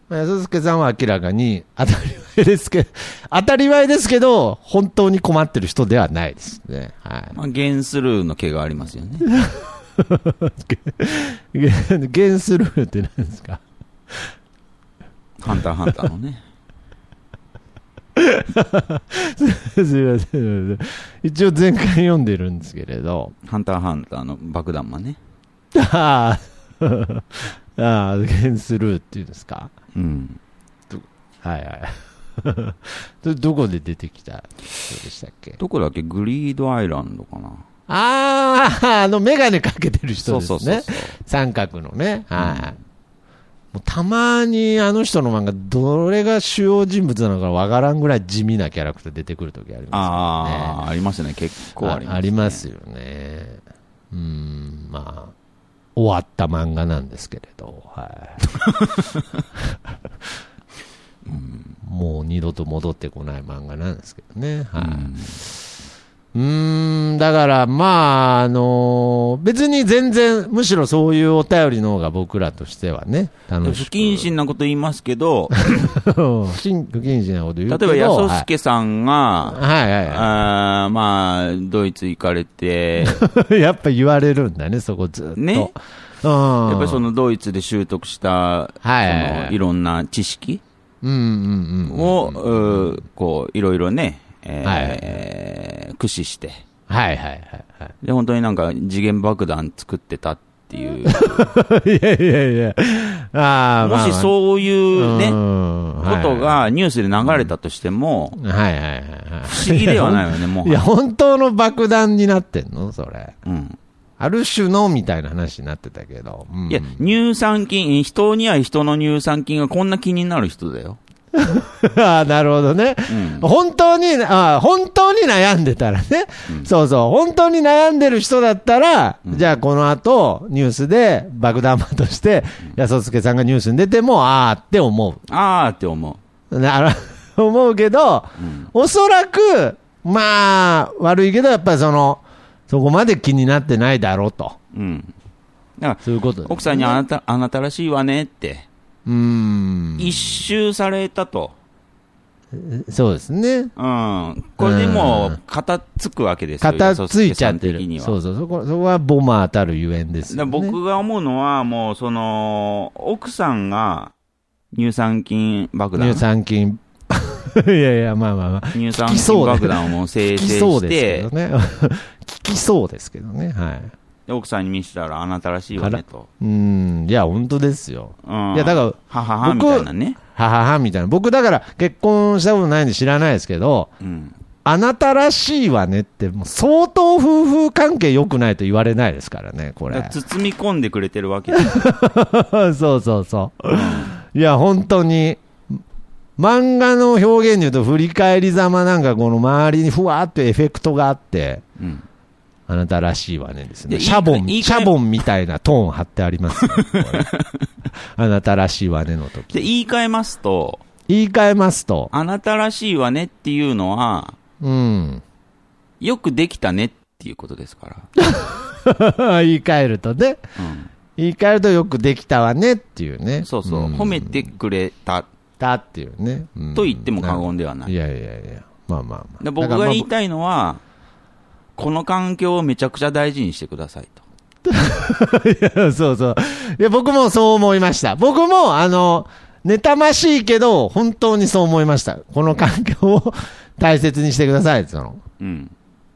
Speaker 3: まあ安助さんは明らかに当たり前ですけど、 当たり前ですけど、本当に困ってる人ではないですね。は
Speaker 4: まあ、ゲンスルーの毛がありますよね。
Speaker 3: い。 ゲゲンスルーって何ですか
Speaker 4: ハンターハンターのね。
Speaker 3: すいませんすいません。一応前回読んでるんですけれど。
Speaker 4: ハンターハンターの爆弾魔ね。
Speaker 3: あー あー、ゲンスルーっていうんですか
Speaker 4: うん。
Speaker 3: はいはい。 どどこで出てきた人でしたっけ
Speaker 4: どこだっけグリードアイランドかな。
Speaker 3: ああ、あのメガネかけてる人
Speaker 4: そ
Speaker 3: で
Speaker 4: う
Speaker 3: す
Speaker 4: そ
Speaker 3: ね。
Speaker 4: うそうそう。
Speaker 3: 三角のね。はい。もうたまにあの人の漫画、どれが主要人物なのかわからんぐらい地味なキャラクター出てくるときありますからね。
Speaker 4: ああ、ありますね。結構あります、ね。
Speaker 3: ありますよね。うーん、まあ、終わった漫画なんですけれど、 はい。もう二度と戻ってこない漫画なんですけどね。はい。うーん、だから、まあ、あのー別に全然、むしろそういうお便りの方が僕らとしてはね、
Speaker 4: でも
Speaker 3: 楽し
Speaker 4: 不
Speaker 3: く。
Speaker 4: 謹慎なこと言いますけど、
Speaker 3: うん不謹不謹慎なこと言う
Speaker 4: 例
Speaker 3: け
Speaker 4: え
Speaker 3: ど。
Speaker 4: ば、安すけさんが、
Speaker 3: はいはいはい
Speaker 4: あーまあ、ドイツ行かれ て、
Speaker 3: はい。 やっぱ言われるんだね、そこずっと。
Speaker 4: ね。
Speaker 3: うん。
Speaker 4: や
Speaker 3: や
Speaker 4: っぱりそのドイツで習得した、
Speaker 3: はいはいはい
Speaker 4: そのいろんな知識
Speaker 3: うんうんうん。
Speaker 4: を、うーこう、いろいろね、えー
Speaker 3: はい
Speaker 4: 駆使して、
Speaker 3: はいはいはい は
Speaker 4: で、本当になんか次元爆弾作ってたっ ていう、
Speaker 3: い。いやいやいや。ああ、
Speaker 4: もし
Speaker 3: う
Speaker 4: そういうね、こ、
Speaker 3: こと
Speaker 4: がニュースで流れたとしても、
Speaker 3: はいはいはいは
Speaker 4: 不思議ではないよね、も
Speaker 3: い。いうや、。本当の爆弾になってんのそれ。
Speaker 4: うん
Speaker 3: ある種のみたいな話になってたけど。うん
Speaker 4: いや、乳酸菌、人には人の乳酸菌がこんな気になる人だよ。
Speaker 3: ああ、なるほどね。
Speaker 4: うん
Speaker 3: 本当に、ああ本当に悩んでたらね、そうそう。本当に悩んでる人だったら、じゃあこの後、ニュースで爆弾魔として、安助さんがニュースに出ても、ああって思う。
Speaker 4: あーって思う。
Speaker 3: な 思うけど、おそらく、まあ、悪いけど、やっぱりその、そこまで気になってないだろうと。
Speaker 4: うん。だか
Speaker 3: そういうこと
Speaker 4: ら、
Speaker 3: で
Speaker 4: 奥さんにあなた、あなたらしいわねって、
Speaker 3: うーん。
Speaker 4: 一周されたと。
Speaker 3: そうですね。
Speaker 4: うん。これでもう、片付くわけですよ。
Speaker 3: 片
Speaker 4: 安
Speaker 3: つい
Speaker 4: 助
Speaker 3: ちゃ
Speaker 4: さ
Speaker 3: っ
Speaker 4: ん
Speaker 3: て
Speaker 4: 的
Speaker 3: る。
Speaker 4: には
Speaker 3: そうそう、そこ、そこはボマ当たるゆえんです
Speaker 4: だ
Speaker 3: よ、
Speaker 4: から
Speaker 3: ね。
Speaker 4: 僕が思うのは、もう、その、奥さんが、乳酸菌爆弾。
Speaker 3: 乳酸菌。 いやいや、まあまあまあ。
Speaker 4: 乳酸
Speaker 3: 効きそ
Speaker 4: 菌
Speaker 3: うで
Speaker 4: 爆弾をもう生
Speaker 3: 聞
Speaker 4: 成
Speaker 3: きそうで
Speaker 4: し
Speaker 3: す
Speaker 4: て、
Speaker 3: けどね。 聞きそうですけどね。はい。
Speaker 4: で奥さんに見せたらあなたらしいわねと。
Speaker 3: うーん。いや、本当ですよ。
Speaker 4: うん、
Speaker 3: いや、だから、
Speaker 4: 母はみたいなね。
Speaker 3: はははみたいな。僕、だから、結婚したことないんで知らないですけど、
Speaker 4: うん。
Speaker 3: あなたらしいわねって、もう相当夫婦関係良くないと言われないですからね、こ
Speaker 4: だ
Speaker 3: れ
Speaker 4: から。包み込んでくれてるわけです
Speaker 3: そうそうそう。いや、本当に、漫画の表現で言うと、振り返りざまなんか、この周りにふわーっとエフェクトがあって、
Speaker 4: うん。
Speaker 3: あなたらしいわねです
Speaker 4: い
Speaker 3: ね。
Speaker 4: や
Speaker 3: シャボン、
Speaker 4: いい
Speaker 3: シ
Speaker 4: かいいか
Speaker 3: ャボンみたいなトーン貼ってありますよ、こ れあなたらしいわねの時。
Speaker 4: で、言い換えますと、
Speaker 3: 言い換えますと、
Speaker 4: あなたらしいわねっていうのは、
Speaker 3: うん。
Speaker 4: よくできたねっていうことですから。
Speaker 3: 言い換えるとね。
Speaker 4: う
Speaker 3: 言い換えるとよくできたわねっていうね。
Speaker 4: ん、そうそう、
Speaker 3: ん
Speaker 4: 褒めてくれた
Speaker 3: だっていうね。うん
Speaker 4: と言っても過言ではない。
Speaker 3: いやいやいや。まあまあまあ。
Speaker 4: で僕
Speaker 3: だから
Speaker 4: が
Speaker 3: まあ
Speaker 4: 言いたいのは、この環境をめちゃくちゃ大事にしてくださいと。
Speaker 3: そうそう。いや、僕もそう思いました。僕も、あの、妬ましいけど、本当にそう思いました。この環境を 大切にしてください。その、
Speaker 4: うん。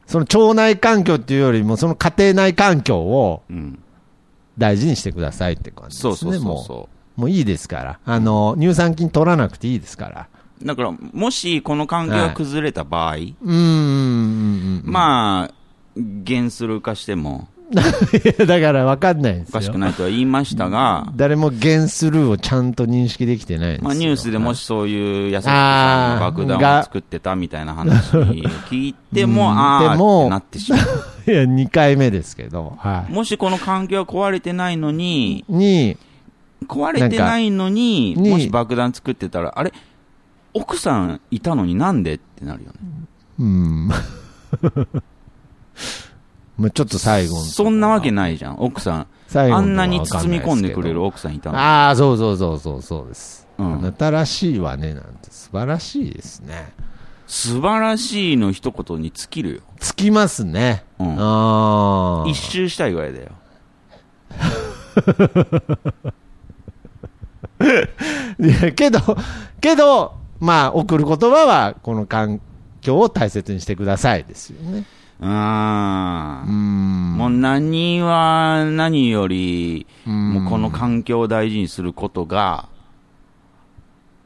Speaker 3: その町内環境っていうよりも、その家庭内環境を
Speaker 4: うん。
Speaker 3: 大事にしてくださいって感じです
Speaker 4: そ
Speaker 3: ね。
Speaker 4: うそうそう
Speaker 3: も
Speaker 4: そう。
Speaker 3: う。もういいですから。あの、乳酸菌取らなくていいですから。
Speaker 4: だから、もしこの環境が崩れた場合、
Speaker 3: うーん。あ。
Speaker 4: まあ、減する化しても
Speaker 3: いや だから分かんないんで
Speaker 4: お
Speaker 3: す
Speaker 4: かし
Speaker 3: よ
Speaker 4: く。ないとは言いましたが、
Speaker 3: 誰もゲンスルーをちゃんと認識できてないんですよ
Speaker 4: まあ、ニュースでもしそういう優しさんの爆弾を作ってたみたいな話聞いても、
Speaker 3: うん
Speaker 4: ああ
Speaker 3: で
Speaker 4: ー
Speaker 3: も
Speaker 4: ってなってしまう。
Speaker 3: いや、2回目ですけど、はい
Speaker 4: もしこの環境は壊れてないのに、
Speaker 3: に、
Speaker 4: 壊れてないのに、
Speaker 3: なんか
Speaker 4: もし爆弾作ってたら、あれ奥さんいたのになんでってなるよね。
Speaker 3: うん。 もうちょっと最後のとこ
Speaker 4: そんなわけないじゃん、奥さん。
Speaker 3: 最
Speaker 4: あ
Speaker 3: 後の
Speaker 4: ん
Speaker 3: とこ
Speaker 4: な
Speaker 3: は
Speaker 4: に
Speaker 3: わかん
Speaker 4: 包
Speaker 3: ない
Speaker 4: み
Speaker 3: ですけど
Speaker 4: 込んでくれる奥さんいたの
Speaker 3: ああ、そうそうそうそうそうです。
Speaker 4: うん
Speaker 3: あなたらしいわね、なんて素晴らしいですね。
Speaker 4: 素晴らしいの一言に尽きるよ。
Speaker 3: つきますね。
Speaker 4: うん
Speaker 3: ああ。
Speaker 4: 一周したいぐらいだよ。
Speaker 3: いや、けど、けど、まあ、送る言葉は、この環境を大切にしてくださいですよね。
Speaker 4: うー。
Speaker 3: うんん。
Speaker 4: もう何は何より、
Speaker 3: ん
Speaker 4: もうこの環境を大事にすることが、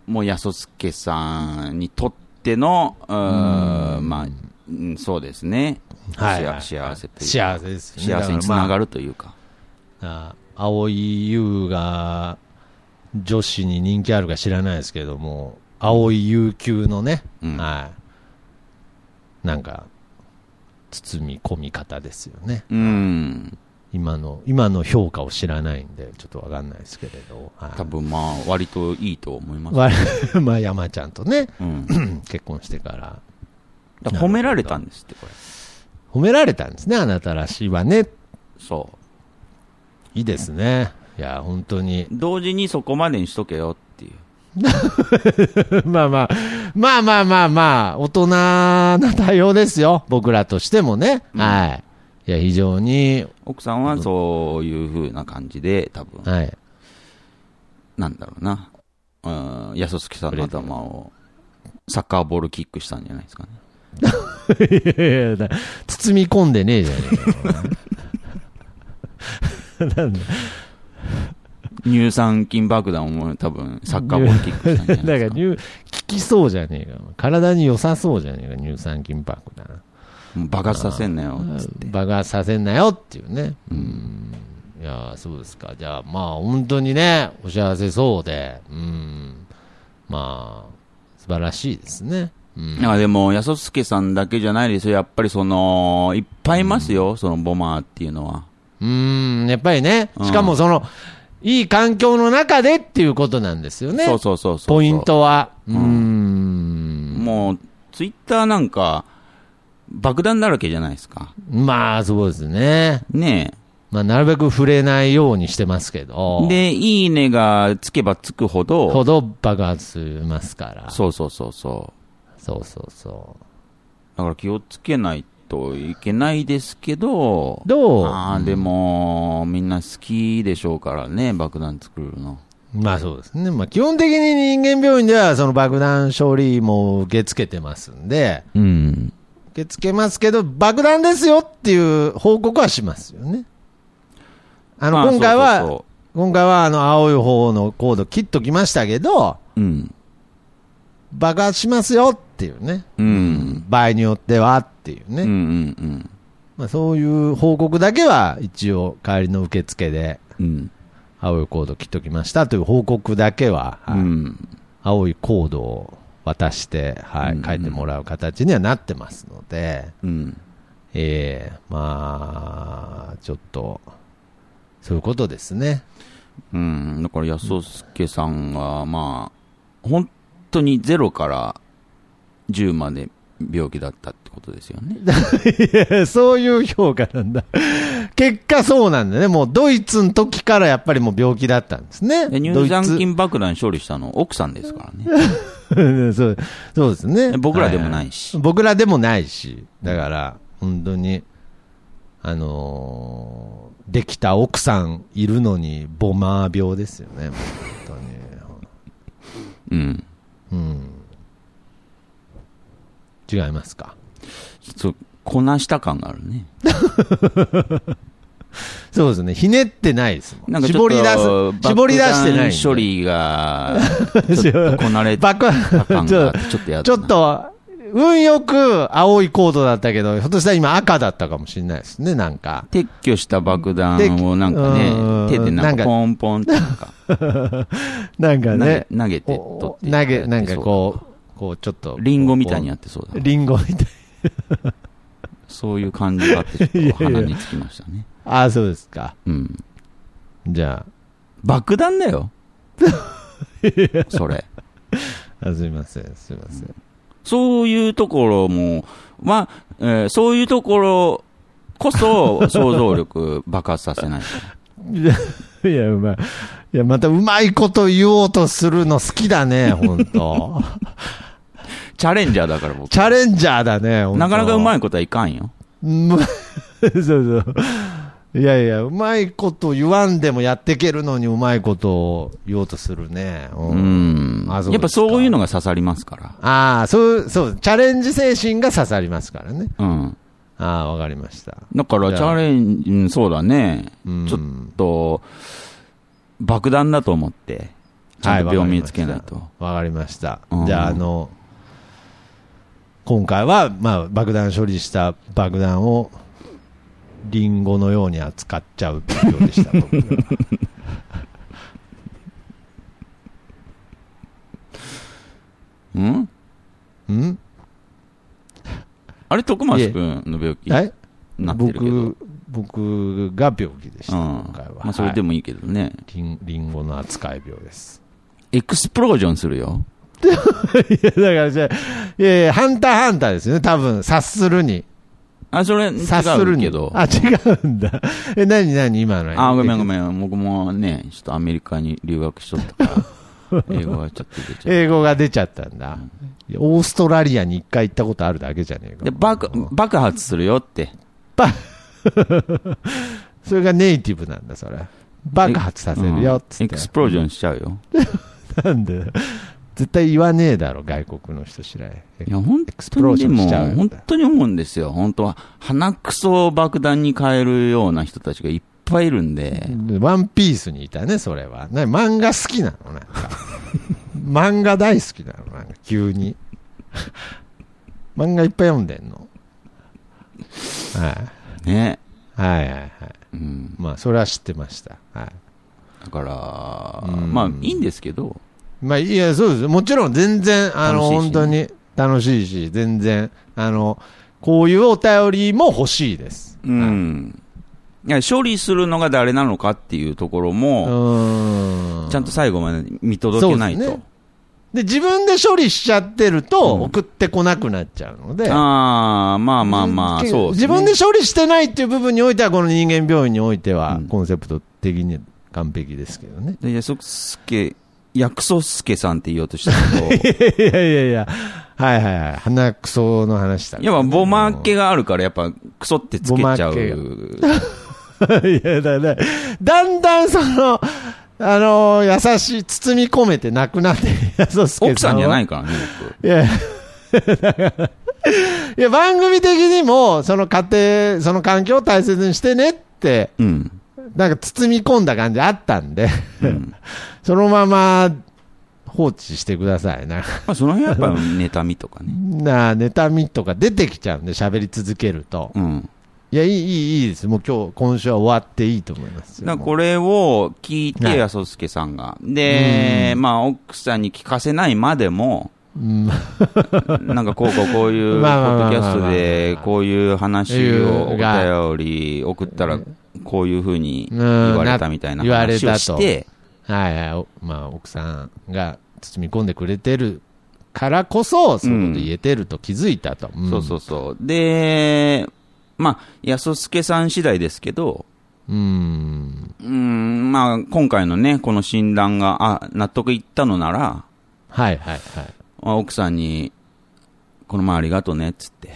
Speaker 4: もう安助さんにとっての、うーんまあ、うんそうですね。
Speaker 3: はい
Speaker 4: 幸幸せというか。
Speaker 3: 幸せですよね。
Speaker 4: 幸せにつなが
Speaker 3: る。
Speaker 4: るというか。
Speaker 3: あ青井優が女子に人気あるか知らないですけども、青井優級のね、
Speaker 4: うん
Speaker 3: はい。なんか、包み込み方ですよね。
Speaker 4: うん。
Speaker 3: 今の、今の評価を知らないんで、ちょっとわかんないですけれど。はい
Speaker 4: 多分まあ、割といいと思います。
Speaker 3: わ まあ、山ちゃんとね、
Speaker 4: うん。
Speaker 3: 結婚してから、
Speaker 4: だから褒められたんですって、これ。
Speaker 3: 褒められたんですね、あなたらしいわね。
Speaker 4: そう。
Speaker 3: いいですね。いや、本当に。
Speaker 4: 同時にそこまでにしとけよってい う。
Speaker 3: まあまあ、まあまあまあまあ、大人な対応ですよ。僕らとしてもね。
Speaker 4: うん
Speaker 3: はい。いや、非常に、
Speaker 4: 奥さんはそういう風な感じで、多分、
Speaker 3: はい。
Speaker 4: なんだろうな。うん、安月さんの頭を、サッカーボールキックしたんじゃないですかね。
Speaker 3: いやいやいや包み込んでねえじゃねえか。 なんだ
Speaker 4: 乳酸菌爆弾を多分、サッカーボールキックしたんじゃない
Speaker 3: だ
Speaker 4: で
Speaker 3: から
Speaker 4: すか。
Speaker 3: 入、効きそうじゃねえか。体に良さそうじゃねえか、乳酸菌パックだな。
Speaker 4: もう爆発させんなよ、つって。
Speaker 3: バカさせんなよっていうね。うん。いやー、そうですか。じゃあ、まあ、本当にね、お幸せそうで、うん。まあ、素晴らしいですね。うん。
Speaker 4: なんかでも、安助さんだけじゃないですよ。やっぱりその、いっぱいいますよ、そのボマーっていうのは。
Speaker 3: うん、やっぱりね。
Speaker 4: うん
Speaker 3: しかも、その、いい環境の中でっていうことなんですよね。
Speaker 4: そうそうそうそう。
Speaker 3: ポイン。トは。う
Speaker 4: うん
Speaker 3: ん。
Speaker 4: もう、ツイッターなんか、爆弾だらけじゃないですか。
Speaker 3: まあ、そうですね。
Speaker 4: ねえ。
Speaker 3: まあ、なるべく触れないようにしてますけど、
Speaker 4: で、いいねがつけばつくほど、
Speaker 3: ほど爆発しますから。そう
Speaker 4: そうそうそうそう。
Speaker 3: そうそうそう。
Speaker 4: だから気をつけないといけないですけど、
Speaker 3: どう
Speaker 4: あーでも、みんな好きでしょうからね、爆弾作るの。
Speaker 3: まあそうですね。まあ基本的に人間病院ではその爆弾処理も受け付けてますんで、
Speaker 4: うん。
Speaker 3: 受け付けますけど、爆弾ですよっていう報告はしますよね。あの、
Speaker 4: まあ
Speaker 3: 今回は、
Speaker 4: そうそうそ
Speaker 3: 今回はあの青い方のコード切っときましたけど、
Speaker 4: ううん。
Speaker 3: 爆発しますよっていうね。
Speaker 4: うん。
Speaker 3: 場合によってはっていうね。
Speaker 4: うんうんうん。
Speaker 3: まあそういう報告だけは一応帰りの受付で
Speaker 4: うん。
Speaker 3: 青いコード切っときましたという報告だけは、
Speaker 4: う
Speaker 3: はい
Speaker 4: ん。
Speaker 3: 青いコードを渡して、は
Speaker 4: う
Speaker 3: い、
Speaker 4: ん
Speaker 3: 書いてもらう形にはなってますので、
Speaker 4: うん。
Speaker 3: ええまあ、ちょっと、そういうことですね。
Speaker 4: うん。だから、安助さんが、まあ、本当にゼロから10まで病気だったってことですよ ね。
Speaker 3: そういう評価なんだ。結果そうなんだね。もうドイツの時からやっぱりもう病気だったんですね。
Speaker 4: で
Speaker 3: ド
Speaker 4: 乳
Speaker 3: イツ
Speaker 4: 酸菌爆弾処理したの奥さんですか らね。
Speaker 3: そうそうですね。
Speaker 4: 僕らでもないし
Speaker 3: はは僕らでもないし。だから、本当に、あのーできた奥さんいるのに、ボマー病ですよね。もう本
Speaker 4: うん。
Speaker 3: 当に。うん。違いますか。
Speaker 4: ちょっと、こなした感があるね。
Speaker 3: そうですね。ひねってないですもん。
Speaker 4: なんかちょ
Speaker 3: 絞
Speaker 4: っと
Speaker 3: り出す。絞り出してないんで。
Speaker 4: 爆弾処 理が、ちょっとこなれた
Speaker 3: 爆
Speaker 4: 感
Speaker 3: ち
Speaker 4: があ
Speaker 3: ょ
Speaker 4: って、ちょっとやだな
Speaker 3: ちょっと、運よく青いコードだったけど、ひょっとしたら今赤だったかもしれないですね、なんか。
Speaker 4: 撤去した爆弾をなん
Speaker 3: う
Speaker 4: か
Speaker 3: ん
Speaker 4: ね、手でな
Speaker 3: なん
Speaker 4: ん
Speaker 3: か
Speaker 4: かポンポンってなんか、
Speaker 3: なんかね。
Speaker 4: 投げて
Speaker 3: お
Speaker 4: 取
Speaker 3: 投
Speaker 4: って
Speaker 3: げ、なんかこう、こうちょっと。
Speaker 4: リンゴみたいにやってそうだな
Speaker 3: リンゴみたい。
Speaker 4: そういう感じがあって、ちょっと鼻につきましたね。
Speaker 3: ああ、そうですか。
Speaker 4: うん。
Speaker 3: じゃ
Speaker 4: 爆弾だ よ。それ。
Speaker 3: あ、あすいません、すいません。
Speaker 4: そういうところも、まあ、えーそういうところ こそ想像力爆発させない。
Speaker 3: いや、うまい。いや、またうまいこと言おうとするの好きだね、 本当
Speaker 4: チャレンジャーだから僕。
Speaker 3: チャレンジャーだね、
Speaker 4: なかなかうま
Speaker 3: い。
Speaker 4: いことはいかんよ。
Speaker 3: うんそうそう。いやいや、うまいこと言わんでもやってけるのにうまいことを言おうとするね。う
Speaker 4: うん。
Speaker 3: あそうですか
Speaker 4: やっぱそういうのが刺さりますから。
Speaker 3: ああ、そう、そう、チャレンジ精神が刺さりますからね。
Speaker 4: うん。
Speaker 3: ああ、わかりました。
Speaker 4: だから、
Speaker 3: じゃあ
Speaker 4: チャレンジ、うんそうだね。
Speaker 3: うん
Speaker 4: ちょっと、爆弾だと思って、ちゃんと病名つけないと。
Speaker 3: わかりました。
Speaker 4: うん
Speaker 3: じゃあ、あの、今回は、まあ、爆弾処理した爆弾を、リンゴのように扱っちゃう病でした。僕 は
Speaker 4: うん
Speaker 3: うん
Speaker 4: あれ、徳松くんの病気
Speaker 3: え
Speaker 4: なってるけど。うん
Speaker 3: 僕、僕が病気でした、今回は。
Speaker 4: まあ、それで
Speaker 3: はい
Speaker 4: もいいけどね。
Speaker 3: リンリンゴの扱い病です。
Speaker 4: エクスプロージョンするよ。
Speaker 3: いや、だからじゃあいやいや、ハンターハンターですよね、多分、察するに。
Speaker 4: あ、それ、違
Speaker 3: 察する
Speaker 4: う
Speaker 3: に。
Speaker 4: けど。
Speaker 3: あ、違うんだ。え、なになに今の。
Speaker 4: あ、ごめんご
Speaker 3: ん。
Speaker 4: めん。僕もね、ちょっとアメリカに留学しとっ たから、英語がちょっと出ちゃう。
Speaker 3: 英語が出ちゃったんだ。いやオーストラリアに一回行ったことあるだけじゃねえか。
Speaker 4: で、爆、爆発するよって。
Speaker 3: それがネイティブなんだ、それ。爆発させるよ、つ
Speaker 4: う
Speaker 3: っ
Speaker 4: んエ
Speaker 3: て
Speaker 4: ク。スプロージョンしちゃうよ。
Speaker 3: なんで絶対言わねえだろ、外国の人知らない。
Speaker 4: いや、本
Speaker 3: エクスプ
Speaker 4: 当
Speaker 3: ロー
Speaker 4: に
Speaker 3: ジ
Speaker 4: で
Speaker 3: ョン
Speaker 4: も、
Speaker 3: しちゃうよ
Speaker 4: 本当に思うんですよ。本当は、鼻くそを爆弾に変えるような人たちがいっぱいいるんで、
Speaker 3: ワンピースにいたね、それは。な漫画好きなのなん か。漫画大好きなのなんか、急に。漫画いっぱい読んでんの。は
Speaker 4: ね。
Speaker 3: い。はいはいはい。
Speaker 4: うん。
Speaker 3: まあ、それは知ってました。はい。
Speaker 4: だから、
Speaker 3: うん
Speaker 4: まあ、いいんですけど、
Speaker 3: まあ、いや、そうです。もちろん、全然、あの、
Speaker 4: 楽しいしね
Speaker 3: 本当に楽しいし、全然、あの、こういうお便りも欲しいです。
Speaker 4: う
Speaker 3: はい。
Speaker 4: ん。いや、処理するのが誰なのかっていうところ
Speaker 3: う
Speaker 4: も、
Speaker 3: ーん。
Speaker 4: ちゃんと最後まで見届けない
Speaker 3: そう
Speaker 4: と。
Speaker 3: ですねで、自分で処理しちゃってると、送ってこなくなっちゃうので、
Speaker 4: ああ、まあまあまあ、
Speaker 3: け
Speaker 4: そうす
Speaker 3: 自
Speaker 4: ね
Speaker 3: 分で処理してないっていう部分においては、この人間病院においては
Speaker 4: うん、
Speaker 3: コンセプト的に完璧ですけどね。
Speaker 4: で、やそすけ、やくそすけさんって言おうとした けど、
Speaker 3: いやいやいや、はいはいはい、鼻くその話だ、ね。
Speaker 4: やっぱ、ボマーけがあるから、やっぱ、クソってつけちゃ
Speaker 3: ボマ
Speaker 4: う。
Speaker 3: いやだね、だんだんその、あの優しい、包み込めてなくなって、 安助
Speaker 4: 奥さんじゃないいからね、
Speaker 3: いや、だ からいや番組的にも、その家庭、その環境を大切にしてねって、
Speaker 4: 僕。うん。
Speaker 3: なんか包み込んだ感じあったんで、
Speaker 4: うん。
Speaker 3: そのまま放置してくださいな。
Speaker 4: まあ、その辺はやっぱ、妬みとかね。
Speaker 3: な、妬みとか出てきちゃうんで、喋り続けると。
Speaker 4: うん。
Speaker 3: いや、いい、いい、いいです。もう今日、今週は終わっていいと思いますよ。
Speaker 4: だからこれを聞い
Speaker 3: は
Speaker 4: て、
Speaker 3: い
Speaker 4: やそすけさんが。で、まあ、奥さんに聞かせないまでも、
Speaker 3: うん
Speaker 4: なんかこうこうこういう、ポ
Speaker 3: まあまあまあ
Speaker 4: ッドキ
Speaker 3: まあ
Speaker 4: ャストで、こういう話を、
Speaker 3: いうが
Speaker 4: お便り送ったら、こういうふうに言われたみたいな
Speaker 3: うんな言われ
Speaker 4: 話
Speaker 3: た
Speaker 4: を
Speaker 3: と
Speaker 4: して、
Speaker 3: はいはいお、まあ、奥さんが包み込んでくれてるからこそ、そういうこと言えてると気づいたと。ん
Speaker 4: そうそうそう。で、まあ、安助さん次第ですけど、
Speaker 3: うん。
Speaker 4: うん、まあ、今回のね、この診断が、あ、納得いったのなら、
Speaker 3: はいはいはい。
Speaker 4: あ奥さんに、この前ありがとうね、っつって。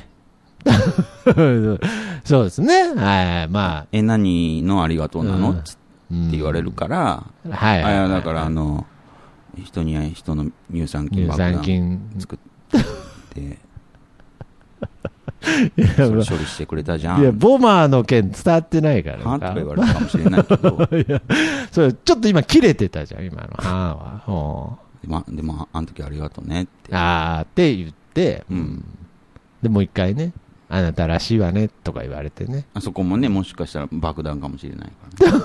Speaker 3: そうですね。はいはい。まあ、
Speaker 4: え、何のありがとうなの、
Speaker 3: うん
Speaker 4: つって
Speaker 3: うん
Speaker 4: 言われるから、
Speaker 3: はいはい
Speaker 4: あい
Speaker 3: は
Speaker 4: や
Speaker 3: い。
Speaker 4: だから、あの、人に、人の乳酸
Speaker 3: 乳
Speaker 4: 菌爆
Speaker 3: 酸
Speaker 4: 弾
Speaker 3: 菌。
Speaker 4: 作って、それ処理してくれたじゃん。
Speaker 3: いや、ボマーの件伝わってないから。
Speaker 4: はとか言われるかもしれないけ ど、
Speaker 3: それちょっと今切れてたじゃん、今の。はーは。お
Speaker 4: でま、でも、あの時ありがとうねって。
Speaker 3: うあーって言って、
Speaker 4: うん。
Speaker 3: で、もう一回ね、あなたらしいわね、とか言われてね。
Speaker 4: あそこもね、もしかしたら爆弾かもしれないからね。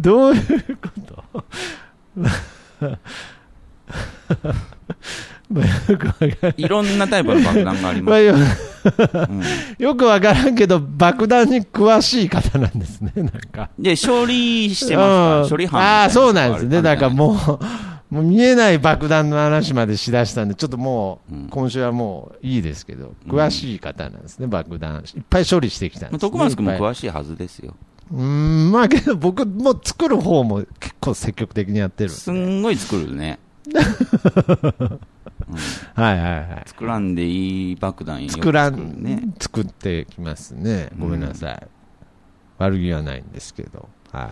Speaker 3: どういうことまあよくわかん
Speaker 4: いろんなタイプの爆弾があ り
Speaker 3: ま
Speaker 4: ま
Speaker 3: あ
Speaker 4: す。
Speaker 3: よ
Speaker 4: うん
Speaker 3: よくわからんけど、爆弾に詳しい方なんですね、なんか。
Speaker 4: で、処理してますか
Speaker 3: う
Speaker 4: ら、
Speaker 3: ん
Speaker 4: 処理班みたい
Speaker 3: ああ、そうなんですね。
Speaker 4: のが
Speaker 3: だ
Speaker 4: ある
Speaker 3: からもう、もう見えない爆弾の話までしだしたんで、ちょっともう、
Speaker 4: うん
Speaker 3: 今週はもういいですけど、詳しい方なんですね、爆弾。いっぱい処理してきたんです、ね。
Speaker 4: 徳松君も
Speaker 3: いっぱい
Speaker 4: 詳しいはずですよ。
Speaker 3: うーん、まあけど僕も作る方も結構積極的にやってるんで。
Speaker 4: すんごい作るね。うん
Speaker 3: はいはいはい。
Speaker 4: 作らんでいい爆弾よく
Speaker 3: 作ら
Speaker 4: るね。
Speaker 3: ん、作ってきますね。ごめんなさい。悪気はないんですけど。はい。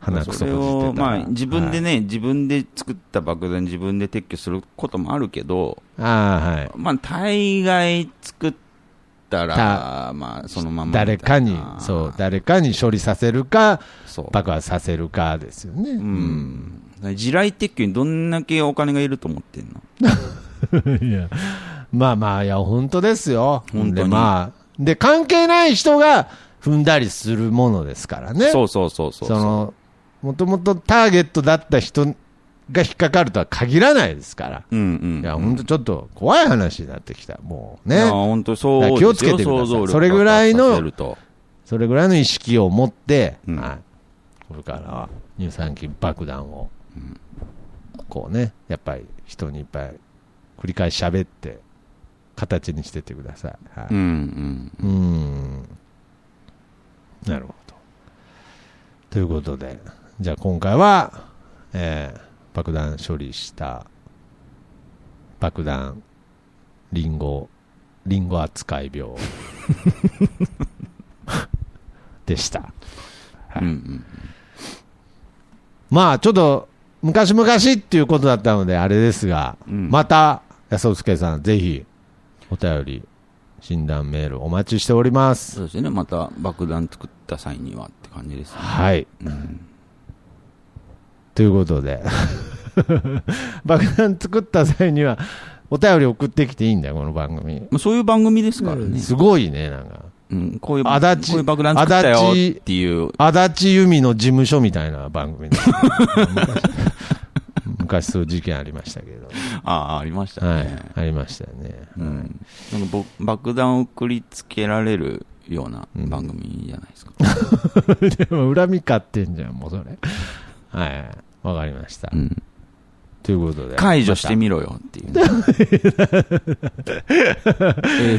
Speaker 3: 鼻くそ
Speaker 4: それ
Speaker 3: ほじっ
Speaker 4: を、
Speaker 3: てたら
Speaker 4: まあ、自分で
Speaker 3: はい
Speaker 4: ね、自分で作った爆弾、自分で撤去することもあるけど、
Speaker 3: ああ、はい。
Speaker 4: まあ、大概作ったら、まあ、そのままみたいな。
Speaker 3: 誰かに、そう、誰かに処理させるか、
Speaker 4: そう。
Speaker 3: 爆破させるかですよね。う
Speaker 4: う。ん。だから地雷撤去にどんだけお金がいると思ってん の
Speaker 3: いや、まあまあ、いや、本当ですよ。
Speaker 4: 本当に
Speaker 3: で、まあ、で、関係ない人が踏んだりするものですからね。
Speaker 4: そうそうそうそう。
Speaker 3: その、もともとターゲットだった人が引っかかるとは限らないですから。
Speaker 4: うんうん。
Speaker 3: いや、本当ちょっと怖い話になってきた。もう
Speaker 4: いや
Speaker 3: ね。
Speaker 4: 本当そう
Speaker 3: だから気をつけてください
Speaker 4: 想像力が
Speaker 3: それぐらいの
Speaker 4: させると
Speaker 3: それぐらいの意識を持って、
Speaker 4: うん
Speaker 3: はい。これからは乳酸菌爆弾を、こうね、やっぱり人にいっぱい繰り返し喋って、形にしてってください。は
Speaker 4: う
Speaker 3: い。
Speaker 4: んうん。
Speaker 3: うーん。なるほど。ということで、じゃあ今回は、えー爆弾処理した、爆弾、リンゴ、リンゴ扱い病 でした。はい
Speaker 4: うんうん
Speaker 3: まあちょっと、昔々っていうことだったので、あれですが、
Speaker 4: うん
Speaker 3: また、安助さん、ぜひ、お便り、診断メールお待ちしております。
Speaker 4: そうですね。また爆弾作った際にはって感じですね。
Speaker 3: はい。
Speaker 4: うん
Speaker 3: ということで、 爆弾作った際には、お便り送ってきていいんだよ、この番組。
Speaker 4: まあ、そういう番組ですからね。
Speaker 3: すごいね、なんか。
Speaker 4: うん、こういう、
Speaker 3: 足立
Speaker 4: こういう爆弾作ったよっていう。
Speaker 3: 足立由美の事務所みたいな番組で 昔昔そういう事件ありましたけど。
Speaker 4: ああ、ありましたね。
Speaker 3: はい。ありましたよね。
Speaker 4: うん。なんかぼ爆弾を送りつけられるような番組じゃないですか。
Speaker 3: でも恨み買ってんじゃん、もうそれ。はい。わかりました
Speaker 4: う。ん、
Speaker 3: ということで。
Speaker 4: 解除して
Speaker 3: み
Speaker 4: みろよっ ていう。えー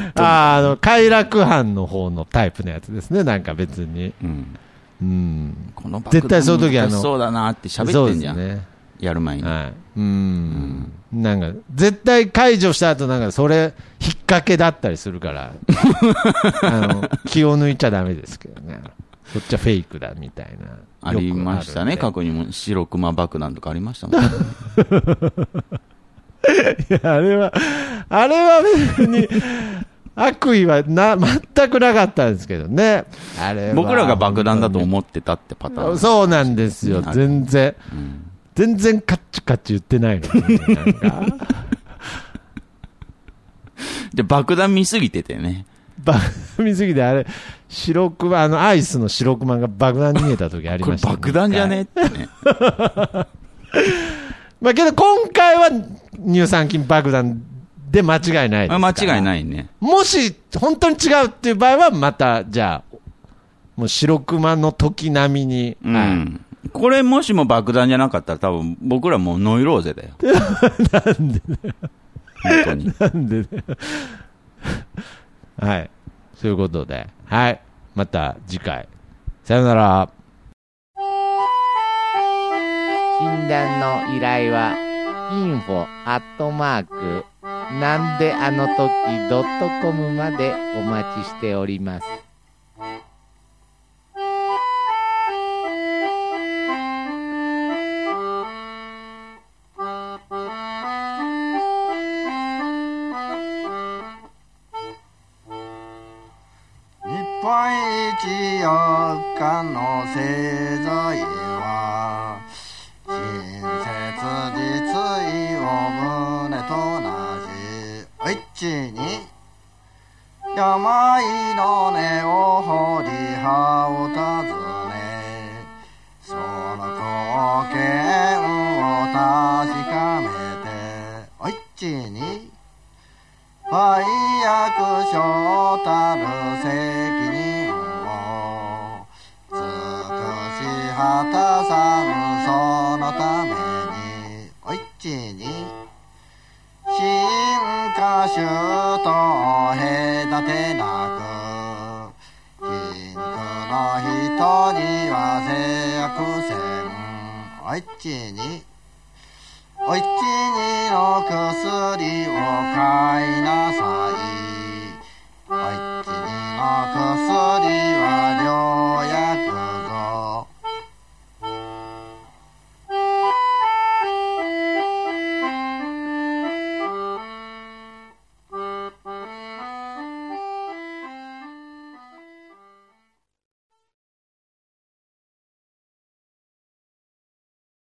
Speaker 4: っと、
Speaker 3: あーあの、快楽犯の方のタイプのやつですね、なんか別に。
Speaker 4: うん、
Speaker 3: うん。
Speaker 4: この爆弾
Speaker 3: 絶対そういう時あの
Speaker 4: 難しそうだなって喋ってんじゃん、
Speaker 3: そうですね。
Speaker 4: やる前に。
Speaker 3: はい。うん。なんか、絶対解除した後、なんか、それ、引っ掛けだったりする から、あの、気を抜いちゃダメですけどね。そっちはフェイクだ、みたいな。
Speaker 4: ありましたね、
Speaker 3: よくあ
Speaker 4: 過去にも白熊爆弾とかありましたもんね。
Speaker 3: るんでいやあれは、あれは別に、悪意はな、全くなかったんですけどね。あれは
Speaker 4: 僕らが爆弾だと思ってたってパターン。
Speaker 3: そうなんですよ、
Speaker 4: はい
Speaker 3: 全然。
Speaker 4: うん
Speaker 3: 全然カッチカチ言ってないのに、なんか。
Speaker 4: で、爆弾見すぎててね。
Speaker 3: 番組すぎてあれ白熊あのアイスの白熊が爆弾に見えた時あり
Speaker 4: こ
Speaker 3: ま
Speaker 4: れ
Speaker 3: した、
Speaker 4: 爆弾じゃね
Speaker 3: 一
Speaker 4: ってね。
Speaker 3: 回まあけど今回は乳酸菌爆弾で間違いないですから
Speaker 4: 間違い
Speaker 3: い
Speaker 4: ないね。
Speaker 3: もし本当に違うっていう場合はまたじゃあもう白熊の時並みに、
Speaker 4: う
Speaker 3: はい
Speaker 4: ん。これもしも爆弾じゃなかったら多分僕らもうノイローゼだ よ。なんで本当に。
Speaker 3: なんでねはいということではいまた次回さよなら
Speaker 5: 診断の依頼は info アットマークなんであの時ドットコムまでお待ちしております。
Speaker 6: 日本一四日の製材は親切実意を胸と同じ一に病の根を掘り葉を訪ねその貢献を確かめて一に愛役所たる責任を尽くし果たさんそのためにおいちに進化種と隔てなく貧苦の人には制約せんおいちにおいちにの薬を買いなさい。